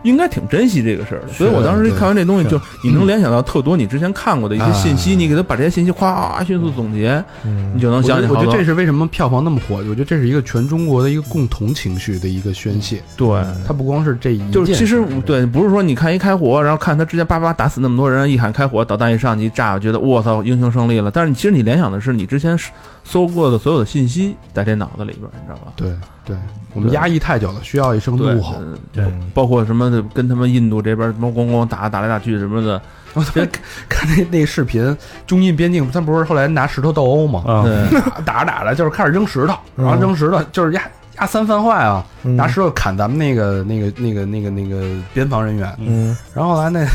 应该挺珍惜这个事儿的。所以我当时
对
看完这东西，
是嗯哎
就你能联想到特多你之前看过的一些信息，你给他把这些信息哗哗哗迅速总结，
嗯
你就能
我觉
想起
得我
好
觉得
多
这。是为什么票房那么火，我觉得这是一个全中国的一个共同情绪的一个宣泄。
对，
它不光是这一件事，
嗯就是其实对，不是说你看一开火，然后看他之前叭叭打死那么多人，一喊开火，导弹一上去一炸，觉得我操，英雄胜利了。但是你其实你联想的是你之前搜过的所有的信息在这脑子里边，你知道吧？
对对，我们
对
压抑太久了，需要一声
对
怒吼。
嗯
对
包括什么的，跟他们印度这边什么咣咣打打来打去什么的，
我他妈看 那那视频，中印边境，他不是后来拿石头斗殴吗？
啊，
对，
打 打着打着就是开始扔石头，
嗯
然后扔石头就是压压三犯坏啊，
嗯
拿石头砍咱们那个那个那个那个那个边防人员。
嗯
然后后来那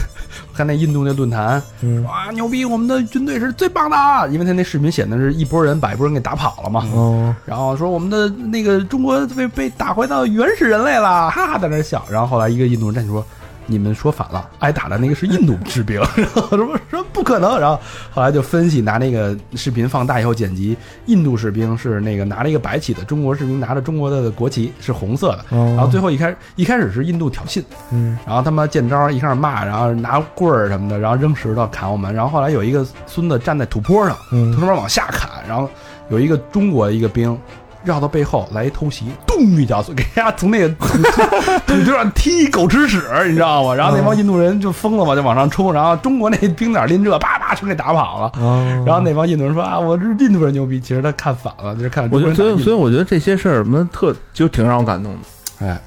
我看那印度那论坛，
嗯
哇牛逼，我们的军队是最棒的，啊因为他那视频显得是一波人把一波人给打跑了嘛。
嗯
哦，
然后说我们的那个中国被被打回到原始人类了， 哈哈，在那儿 笑。然后后来一个印度人站起来说：“你们说反了，挨打的那个是印度士兵。”然后什么什么不可能。然后后来就分析，拿那个视频放大以后剪辑，印度士兵是那个拿了一个白旗的，中国士兵拿着中国的国旗是红色的。
哦
然
然
啊
后最后一开一开始是印度挑衅，
嗯
然后他妈见招一开始骂，然后拿棍儿什么的，然后扔石头砍我们。然后后来有一个孙子站在土坡上，从
嗯
上面往下砍，然后有一个中国一个兵绕到背后来一偷袭，咚一脚给人家从那个 土地上踢狗吃屎，你知道吗？然后那帮印度人就疯了嘛，就往上冲，然后中国那兵哪拎这，啪啪全给打跑了。
哦
然后那帮印度人说啊，我这印度人牛逼，其实他看反了，就是看
我
中
觉
国
得，
人
所
打
以
印
所
度
以我觉得这些事儿，们特就挺让我感动的。
哎，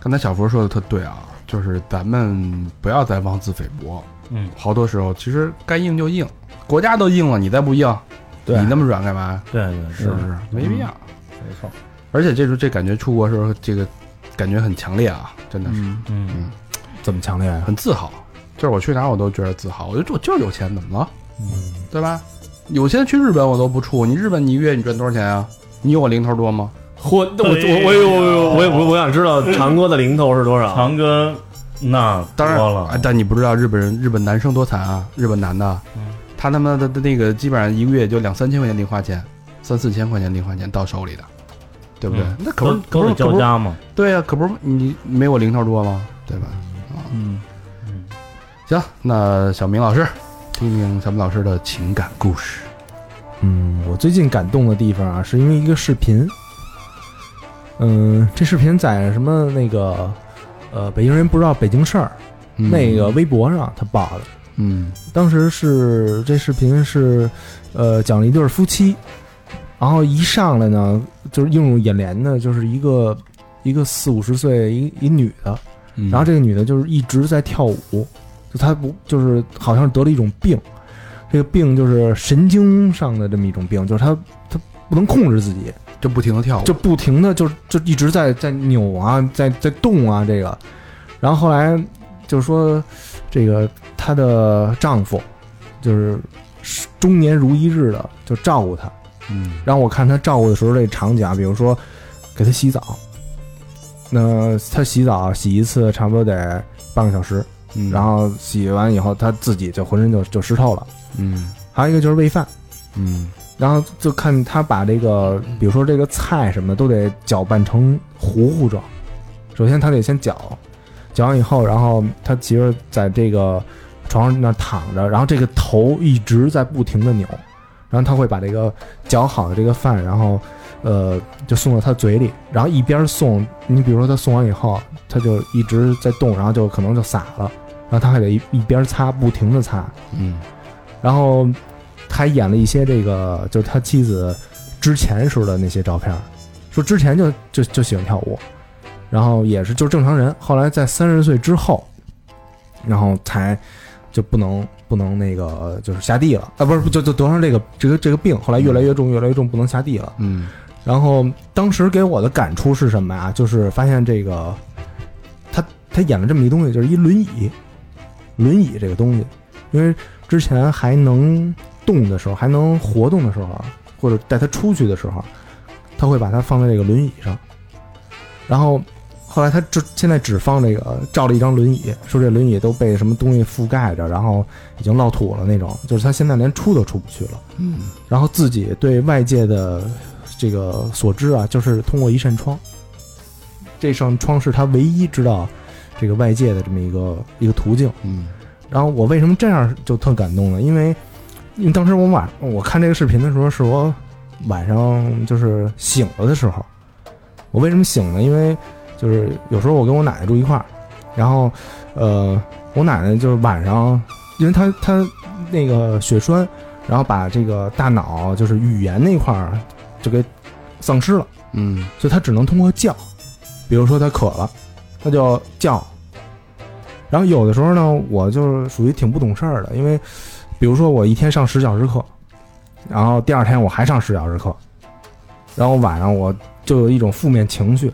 刚才小佛说的特对啊，就是咱们不要再妄自菲薄，
嗯，
好多时候其实该硬就硬，国家都硬了，你再不硬，
对嗯
你那么软干嘛？
对对
是不是？没必要。
没错，
而且这时候这感觉出国时候，这个感觉很强烈啊，真的是、
嗯，
嗯
怎么强烈啊？
很自豪。就是我去哪儿我都觉得自豪，我觉得我就是有钱，怎么了？
嗯，
对吧？有些去日本我都不怵，你日本你一月你赚多少钱啊？你有我零头多吗？
嚯，那我我我我我我我想知道长哥的零头是多少？
长哥那
当然
多
哎
了，
但你不知道日本人日本男生多惨啊！日本男的，
嗯
他他妈的那个基本上一个月就两三千块钱零花钱，三四千块钱零花钱到手里的，对不对？
嗯
那可不
都
是可
都
不是
得
可
交
不是
家嘛，
对呀、可不是你没我零头多吗？对吧？啊
嗯，
嗯，
行，那小明老师，听听小明老师的情感故事。
嗯，我最近感动的地方啊，是因为一个视频。嗯，这视频在什么那个呃，北京人不知道北京事儿、
嗯
那个，微博上他爆的。
嗯
当时是这视频是呃讲了一对儿夫妻，然后一上来呢就是映入眼帘的就是一个一个四五十岁一一女的，
嗯，
然后这个女的就是一直在跳舞，就她不就是好像得了一种病，这个病就是神经上的这么一种病，就是她她不能控制自己，
就不停的跳舞，
就不停的就是就一直在在扭啊，在在动啊这个，然后后来就是说这个她的丈夫就是中年如一日的就照顾她，
嗯
然后我看她照顾的时候这场景啊，比如说给她洗澡，那她洗澡洗一次差不多得半个小时，
嗯，
然后洗完以后她自己就浑身就就湿透了，
嗯
还有一个就是喂饭。
嗯
然后就看他把这个，比如说这个菜什么的，都得搅拌成糊糊状。首先他得先搅，搅完以后，然后他媳妇儿在这个床上那儿躺着，然后这个头一直在不停的扭，然后他会把这个搅好的这个饭，然后呃就送到他嘴里，然后一边送，你比如说他送完以后，他就一直在动，然后就可能就洒了，然后他还得一一边擦，不停的擦，
嗯
然后还演了一些这个，就是他妻子之前时候的那些照片儿，说之前就就就喜欢跳舞，然后也是就是正常人，后来在三十岁之后，然后才就不能不能那个就是下地了啊，不是就就得上这个这个这个病，后来越来越重越来越重，不能下地了。
嗯
然后当时给我的感触是什么呀？就是发现这个他他演了这么一东西，就是一轮椅，轮椅这个东西，因为之前还能动的时候，还能活动的时候，或者带他出去的时候，他会把它放在这个轮椅上，然后。后来他只现在只放这个照了一张轮椅，说这轮椅都被什么东西覆盖着，然后已经落土了那种，就是他现在连出都出不去了。
嗯
然后自己对外界的这个所知啊，就是通过一扇窗，这扇窗是他唯一知道这个外界的这么一个一个途径。
嗯
然后我为什么这样就特感动呢？因为因为当时我晚我看这个视频的时候，是我晚上就是醒了的时候。我为什么醒呢？因为就是有时候我跟我奶奶住一块儿，然后呃，我奶奶就是晚上，因为她她那个血栓，然后把这个大脑就是语言那块儿就给丧失了。
嗯
所以他只能通过叫，比如说他渴了，他就叫。然后有的时候呢，我就是属于挺不懂事儿的，因为比如说我一天上十小时课，然后第二天我还上十小时课，然后晚上我就有一种负面情绪，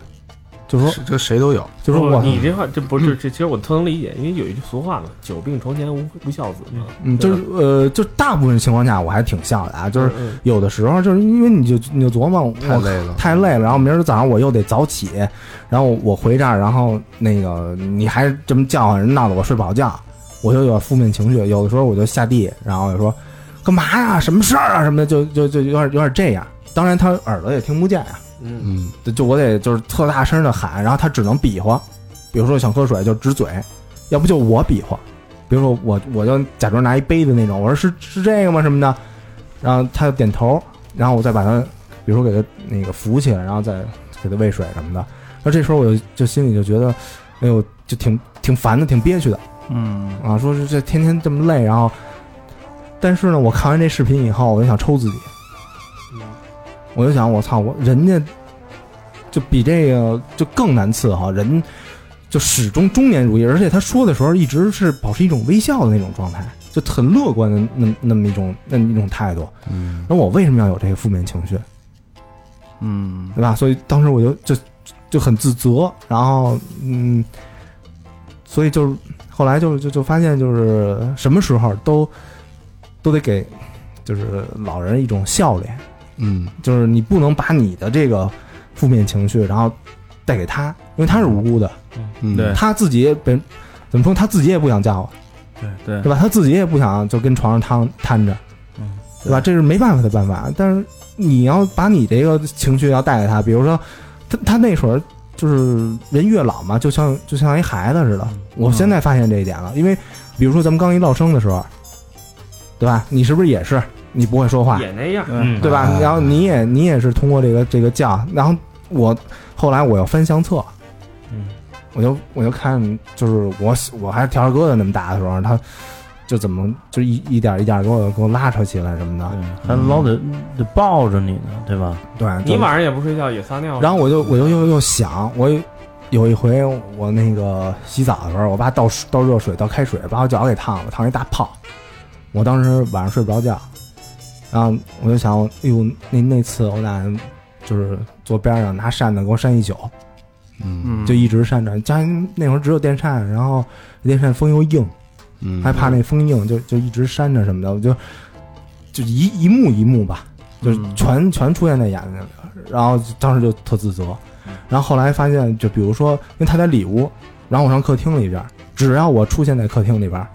就说
是这谁都有，
就说我
不哦你这话这不是这，其实我特能理解，因为有一句俗话嘛，“久病床前无无孝子”嘛，
嗯，就是呃，就大部分情况下我还挺笑的啊，就是
嗯嗯
有的时候就是因为你就你就琢磨
太
我
累了，
太累了，然后明儿早上我又得早起，然后我回这儿，然后那个你还这么叫唤，闹得我睡不好觉，我就有点负面情绪，有的时候我就下地，然后我就说干嘛呀，什么事儿啊什么的，就就就有点有点这样。当然他耳朵也听不见啊呀、
嗯，
嗯，
就就我得就是特大声的喊，然后他只能比划，比如说想喝水就指嘴，要不就我比划，比如说我我就假装拿一杯子那种，我说是是这个吗什么的，然后他就点头，然后我再把他，比如说给他那个扶起来，然后再给他喂水什么的，那这时候我就就心里就觉得，哎呦，就挺挺烦的，挺憋屈的
嗯，
啊，说是这天天这么累，然后，但是呢，我看完这视频以后，我就想抽自己，我就想，我操，我人家就比这个就更难伺候，人就始终中年如一，而且他说的时候一直是保持一种微笑的那种状态，就很乐观的那那么一种那么一种态度。
嗯，
那我为什么要有这个负面情绪，
嗯，
对吧？所以当时我就就就很自责，然后嗯，所以就是后来就就就发现就是什么时候都都得给就是老人一种笑脸。
嗯，
就是你不能把你的这个负面情绪，然后带给他，因为他是无辜的，
嗯，
对
他自己也本怎么说，他自己也不想叫，
对
对吧？他自己也不想就跟床上瘫瘫着，
嗯，
对吧？这是没办法的办法，但是你要把你这个情绪要带给他，比如说他他那会儿。就是人越老嘛，就像就像一孩子似的。我现在发现这一点了，因为比如说咱们刚一落生的时候，对吧？你是不是也是你不会说话，
也那样，
嗯
对吧
啊？
然后你也你也是通过这个这个叫，然后我后来我要翻相册，
嗯，
我就我就看，就是我我还是条儿疙瘩那么大的时候，他就怎么就一一点一点给我给我拉扯起来什么的，
对还老得得抱着你呢，对吧？
对，就
你晚上也不睡觉，也撒尿，
然后我就我就又又想，我有一回我那个洗澡的时候，我爸倒水倒热水倒开水，把我脚给烫了，烫一大泡。我当时晚上睡不着觉，然后我就想，哎呦，那那次我俩就是坐边上拿扇子给我扇一宿，
嗯
嗯，
就一直扇着。家那会儿只有电扇，然后电扇风又硬，
嗯，
还怕那风硬，就就一直扇着什么的，我就就一一幕一幕吧，就是
嗯
全、全出现在眼睛里，然后当时就特自责，
嗯
然后后来发现，就比如说，因为他在里屋，然后我上客厅里边，只要我出现在客厅里边，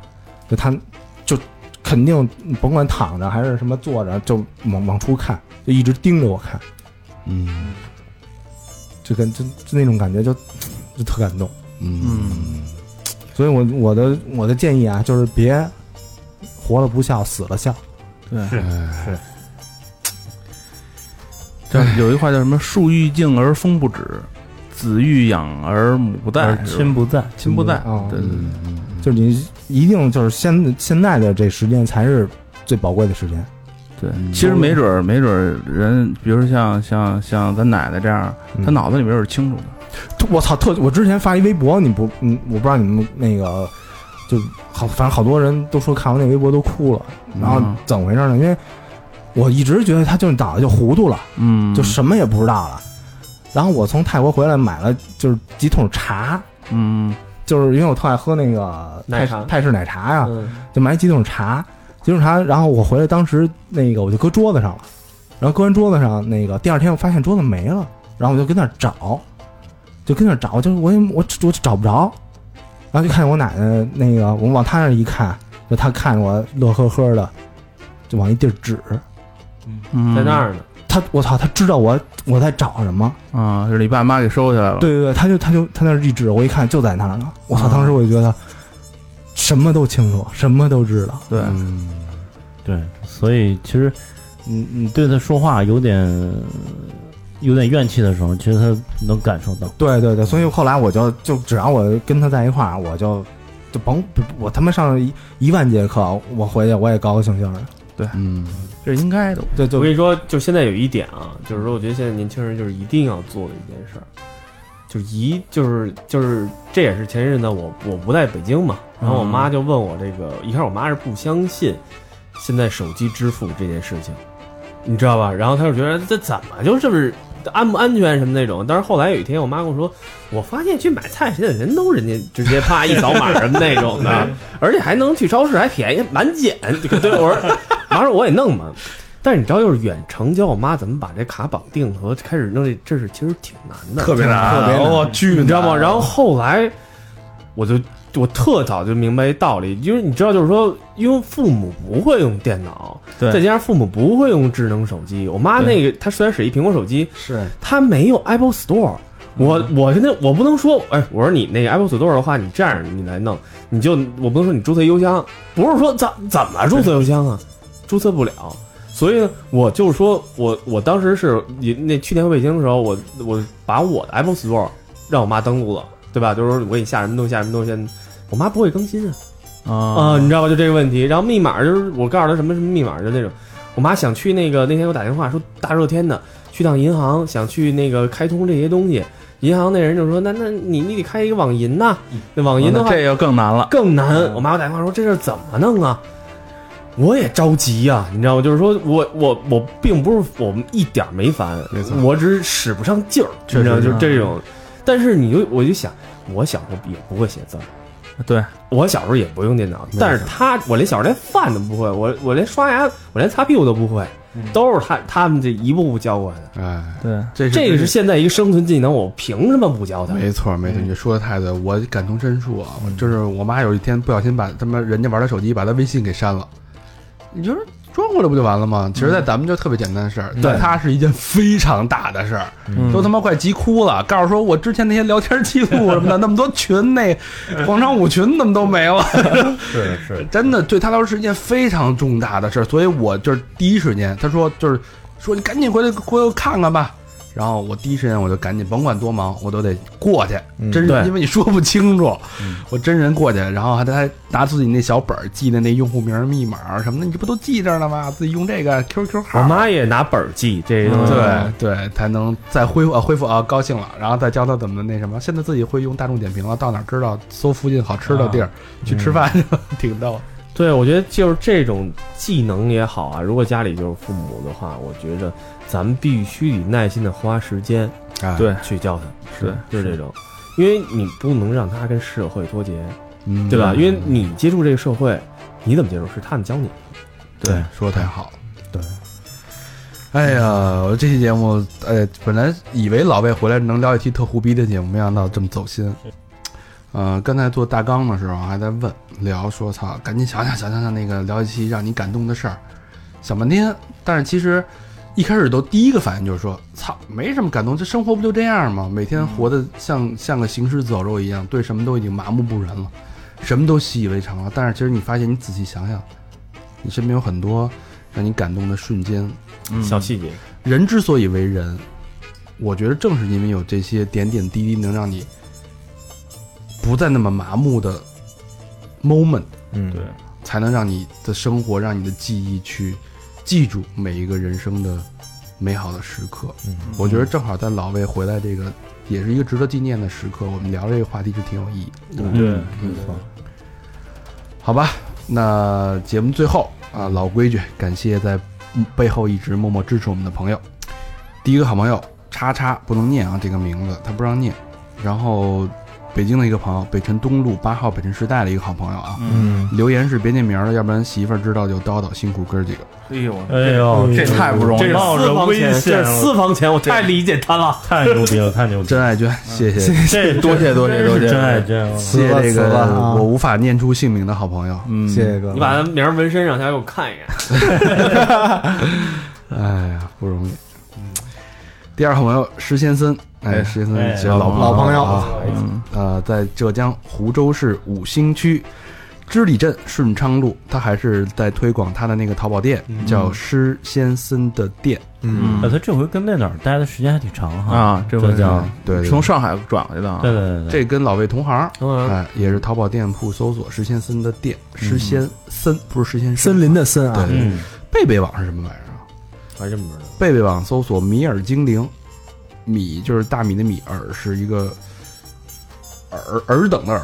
就他就肯定甭管躺着还是什么坐着，就往往出看，就一直盯着我看，
嗯
就跟就就那种感觉就就特感动。
嗯
所以我我的我的建议啊，就是别活了不笑，死了笑。
叫有一话叫什么“树欲静而风不止，子欲养而母不
哎
在”，是吧嗯
亲不在，
亲不在
啊。
对对对，
就是你一定就是现现在的这时间才是最宝贵的时间。
对
嗯，
其实没准儿，没准儿人，比如像像像咱奶奶这样，
嗯
她脑子里面是清楚的。
我操，特我之前发一微博，你不，嗯，我不知道你们那个，就好，反正好多人都说看完那微博都哭了，然后
嗯
怎么回事呢？因为我一直觉得他就是脑袋就糊涂了，
嗯，
就什么也不知道了。然后我从泰国回来买了就是几桶茶，
嗯
就是因为我特爱喝那个泰
奶茶
泰式奶茶呀、
嗯，
就买几桶茶，几桶茶，然后我回来，当时那个我就搁桌子上了，然后搁完桌子上，那个第二天我发现桌子没了，然后我就跟那儿找，就跟那儿找，就是我也我我找不着，然后就看见我奶奶那个，我往她那儿一看，就她看着我乐呵呵的，就往一地儿指，
嗯，
在那儿呢，
她我操，她知道我我在找什么，
啊，是你爸妈给收起来了。
对对对，她就她就她那儿一指，我一看就在那儿呢，我操，
啊
当时我就觉得什么都清楚，什么都知道，
对，
嗯
对，所以其实你你对他说话有点嗯有点怨气的时候，其实他能感受到。
对对对，所以后来我就就只要我跟他在一块儿，我就就甭不我他妈上一一万节课，我回去我也高高兴兴的。
嗯
这是应该的。
对，
我
就
跟你说，就现在有一点啊，就是说，我觉得现在年轻人就是一定要做的一件事儿，就一就是就是，这也是前些日子我我不在北京嘛，然
嗯
后我妈就问我这个，一开始我妈是不相信现在手机支付这件事情，你知道吧？然后她就觉得这怎么就是不是安不安全什么那种，但是后来有一天我妈跟我说，我发现去买菜现在人都人家直接啪一扫码什么那种
嗯
的，而且还能去超市还便宜满减，对我说，妈说我也弄吧。但是你知道，就是远程教我妈怎么把这卡绑定和开始弄这，这是其实挺难的，
特别难
特别难
哦
巨你知道吗？然后后来我就我特早就明白一道理，因为你知道，就是说，因为父母不会用电脑，
对
再加上父母不会用智能手机。我妈那个，她虽然使一苹果手机，
是嗯
她没有 Apple Store 我。我现在我不能说，哎，我说你那个 Apple Store 的话，你这样你来弄，你就我不能说你注册邮箱，不是说怎怎么注册邮箱啊，注册不了。所以呢，我就说我我当时是也那去年回北京的时候，我我把我的 Apple Store 让我妈登录了，对吧？就是说我给你下什么东西，下什么东西，我妈不会更新啊啊、
啊
你知道吧？就这个问题。然后密码就是我告诉她什么什么密码，就那种。我妈想去那个那天给我打电话说大热天的去趟银行，想去那个开通这些东西。银行那人就说：“那那你你得开一个网银呐、那网银的话
嗯啊哦这又更难了。
更难。我妈给我打电话说这事儿怎么弄啊？我也着急呀、你知道吗？就是说我我我并不是我们一点儿没烦，我只是使不上劲儿，你知道吗就是这种。但是你就我就想，我小时候也不会写字儿，
对，
我小时候也不用电脑，但是他我连小时候连饭都不会，我我连刷牙，我连擦屁股都不会，都是他他们这一步步教过来的。
哎，
对，
这
这个
是
是现在一个生存技能，我凭什么不教他？
没错，没错，
嗯
你说的太对，我感同身受啊！我就是我妈有一天不小心把他们人家玩的手机，把她微信给删了，你就是装过来不就完了吗？其实，
嗯
在咱们就特别简单的事儿，在她是一件非常大的事儿，
嗯
都他妈快急哭了。告诉说我之前那些聊天记录什么 的，那么多群，那广场舞群怎么都没了？
是是，
真的对她来说是一件非常重大的事儿，所以我就是第一时间，她说就是说你赶紧回来回头看看吧。然后我第一时间我就赶紧，甭管多忙，我都得过去。真
嗯对嗯
人，因为你说不清楚，我真人过去，然后还还拿自己那小本儿记的那用户名、密码什么的，你这不都记着呢吗？自己用这个 QQ 号。
我妈嗯也拿本儿记这个东西，
对对，才能再恢复啊，恢复啊，高兴了，然后再教他怎么那什么。现在自己会用大众点评了，到哪儿知道搜附近好吃的
啊
地儿、去吃饭去
嗯
了，挺逗。
对，我觉得就是这种技能也好啊，如果家里就是父母的话，我觉得咱们必须得耐心的花时间
哎，
对
去教他，
是
就是这种，因为你不能让他跟社会脱节，
嗯
对吧？因为你接触这个社会，你怎么接触是他们教你，
对，说的太好了。对，哎呀，我这期节目，哎，本来以为老魏回来能聊一期特胡逼的节目，没想到这么走心。呃，刚才做大纲的时候还在问聊说，操，赶紧想想想想想那个聊一期让你感动的事儿，想半天，但是其实一开始都第一个反应就是说，操，没什么感动，这生活不就这样吗？每天活得像像个行尸走肉一样，对什么都已经麻木不仁了，什么都习以为常了。但是其实你发现，你仔细想想，你身边有很多让你感动的瞬间。
小细节，
人之所以为人，我觉得正是因为有这些点点滴滴，能让你不再那么麻木的 moment，
嗯
对
才能让你的生活，让你的记忆去记住每一个人生的美好的时刻。
嗯
我觉得正好在老魏回来这个，也是一个值得纪念的时刻。我们聊这个话题是挺有意义的。
对，
好吧，那节目最后啊，老规矩，感谢在背后一直默默支持我们的朋友。第一个好朋友叉叉不能念啊，这个名字他不让念。然后北京的一个朋友，北辰东路八号北辰时代的一个好朋友啊，
嗯，
留言是别念名儿了，要不然媳妇儿知道就叨叨，辛苦哥儿几个。
哎呦，
哎呦，
这太不容易
这
了。
冒着危
这
险
是
了，
私房钱，我太理解他了。
太牛逼了，太牛逼了，
真爱娟，谢嗯谢，
这
多谢多谢
真
多谢
是真爱真爱，
谢谢这
死了死了
个
啊
我无法念出姓名的好朋友。
嗯，
谢谢哥，
你把他名儿纹身上，他给我看一眼。
哎呀，不容易。第二好朋友石先生，哎，石先
哎
生是
老
老
老朋友
啊，
哦
呃，在浙江湖州市武兴区织里镇顺昌路，他还是在推广他的那个淘宝店，叫施先生的店。
嗯，
啊，他这回跟在哪儿待的时间还挺长哈。
啊，这回
浙江
对，对
从上海转回去的啊
对，对对对，
哎这跟老魏同行，
嗯
哎，也是淘宝店铺搜索石先生的店，石先森不是石先生
森林的森啊，
对，
嗯，
贝贝网是什么玩意儿啊？
还真不知道，
贝贝网搜索“米耳精灵”，米就是大米的米，耳是一个尔尔等的尔，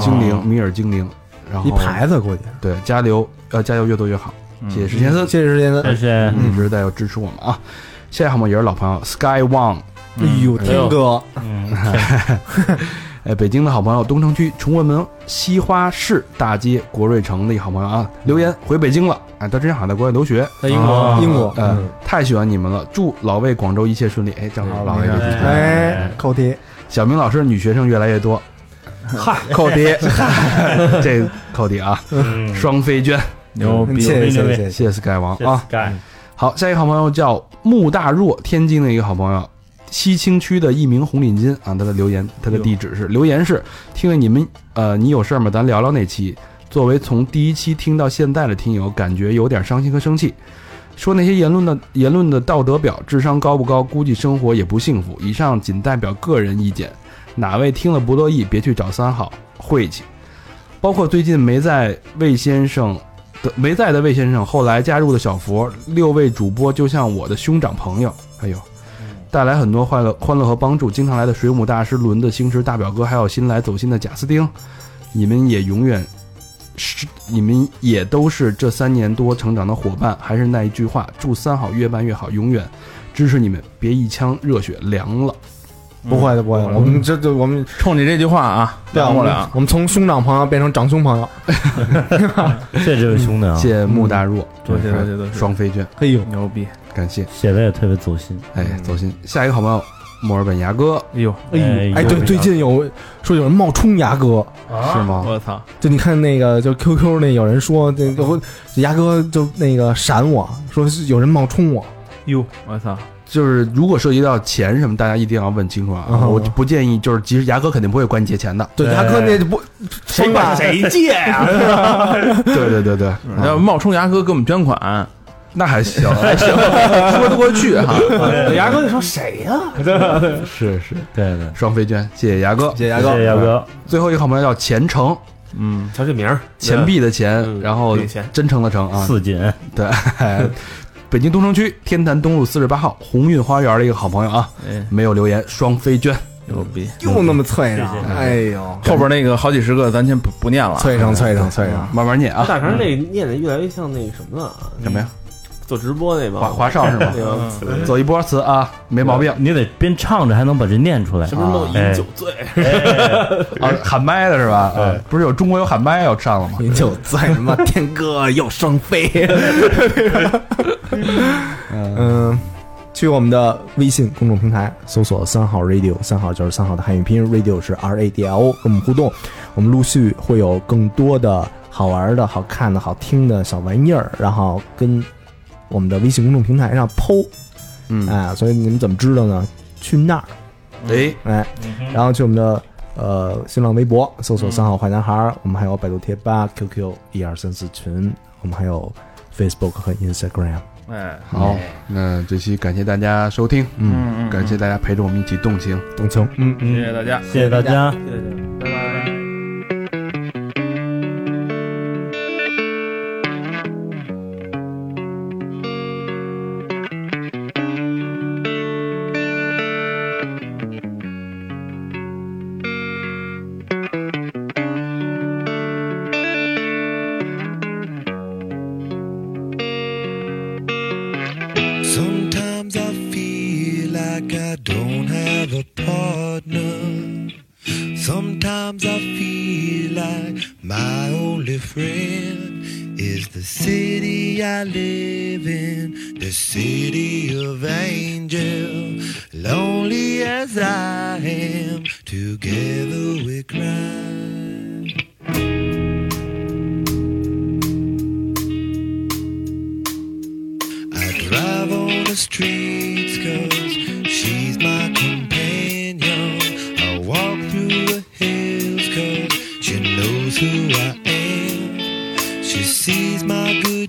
精灵米耳精灵。然后
一牌子估计。嗯
对加油，呃，加油越多越好。谢谢石先生，
谢谢时间的，
谢谢
一直在支持我们啊。下一个好朋友也是老朋友 Sky Wang，
嗯
哎呦，天哥，
嗯，
哎，北京的好朋友，东城区崇文门西花市大街国瑞城的一个好朋友啊，留言回北京了，哎，他之前好像在国外留学，
哎
在英国，
哦
英国，哎
呃，太喜欢你们了，祝老魏广州一切顺利。哎，正好老魏也是
哎
嗯哎，扣题，
小明老师女学生越来越多，嗨，扣 题，嗨这个扣题啊，
嗯
双飞娟，
牛
嗯
逼！
谢谢
牛
谢
逼
谢谢
谢谢 Sky 王啊。
，Sky，
好，下一个好朋友叫穆大若，天津的一个好朋友，西青区的一名红领巾啊。他的留言，他的地址是留言是听了你们呃，你有事儿吗？咱聊聊那期。作为从第一期听到现在的听友，感觉有点伤心和生气。说那些言论的言论的道德表，智商高不高，估计生活也不幸福。以上仅代表个人意见，哪位听了不乐意，别去找三好晦气。包括最近没在魏先生的没在的魏先生，后来加入的小佛，六位主播就像我的兄长朋友，哎呦，带来很多欢乐、欢乐和帮助。经常来的水母大师、轮的星驰大表哥，还有新来走心的贾斯汀，你们也永远是，你们也都是这三年多成长的伙伴。还是那一句话，祝三好越办越好，永远支持你们，别一腔热血凉了。
不会的不会的，我们这就我们
冲你这句话啊，
对啊，
不
我们
了。
我们从兄长朋友变成长兄朋友，
谢谢这位兄弟啊，
谢谢穆大若，
多谢多谢多谢
双飞券，
嘿呦，
牛逼！
感谢，
写的也啊特别走心。
哎，走心。下一个好朋友，墨尔本牙哥
哎呦，
哎
哎，
有
对，
有
最近有说有人冒充牙哥，
是
啊
吗？
我操！
就你看那个，就 QQ 那有人说，这有牙哥就那个闪我说是有人冒充我，
哟，我操！
就是如果涉及到钱什么，大家一定要问清楚啊！
嗯
我不建议，就是其实牙哥肯定不会管你借钱的。
对， 牙哥那就不谁管谁
哎对对对对，
要
嗯
冒充牙哥给我们捐款，
那还行， 还行，
说得过去哈。
嗯
牙哥，你说谁呀、
是是，
对对，
双飞娟，谢谢牙哥。
谢谢牙
谢
哥，
谢姚哥，
最后一个好朋友叫钱诚，
嗯，
瞧这名儿，
钱币的钱，
嗯
然后
对钱
真诚的诚啊，
四锦，
对。北京东城区天坛东路四十八号鸿运花园的一个好朋友啊，
哎，
没有留言，双飞娟，
牛逼！
又那么脆上
谢谢，
哎呦，
后边那个好几十个，咱先不不念了。啊
脆上脆上脆上，
慢慢念啊。
嗯
大肠这念的越来越像那什么了啊，
什么呀？
做直播那帮
华华少是吗？
哎
那帮词
走一波词啊，没毛病
你得边唱着还能把这念出来
什。么什么
哎
饮酒醉，
哎
啊。喊麦的是吧？啊，不是有中国有喊麦要上了吗？
您就在 什么天哥又双飞， 嗯。去我们的微信公众平台搜索“三好 radio”，三好就是三好的汉语拼音，radio 是 R A D I O，跟我们互动。我们陆续会有更多的好玩的、好看的、好听的小玩意儿，然后跟我们的微信公众平台上剖。
嗯
哎，所以你们怎么知道呢？去那儿，
哎，
哎，然后去我们的呃新浪微博搜索“三好坏男孩”，儿”，我们还有百度贴吧、QQ 一二三四群，我们还有 Facebook 和 Instagram。
哎，
好，那这期感谢大家收听，
嗯，
嗯
感谢大家陪着我们一起动情。
董卿，嗯嗯。
谢谢大家。
谢谢大家。
Sometimes I feel like I don't have a partner. Sometimes I feel like my only friend is the city I live in, the city of angel. Lonely as I am, together we cry. I drive on the streets cause she's my companion. I walk through the hills cause she knows who I am. She sees my good.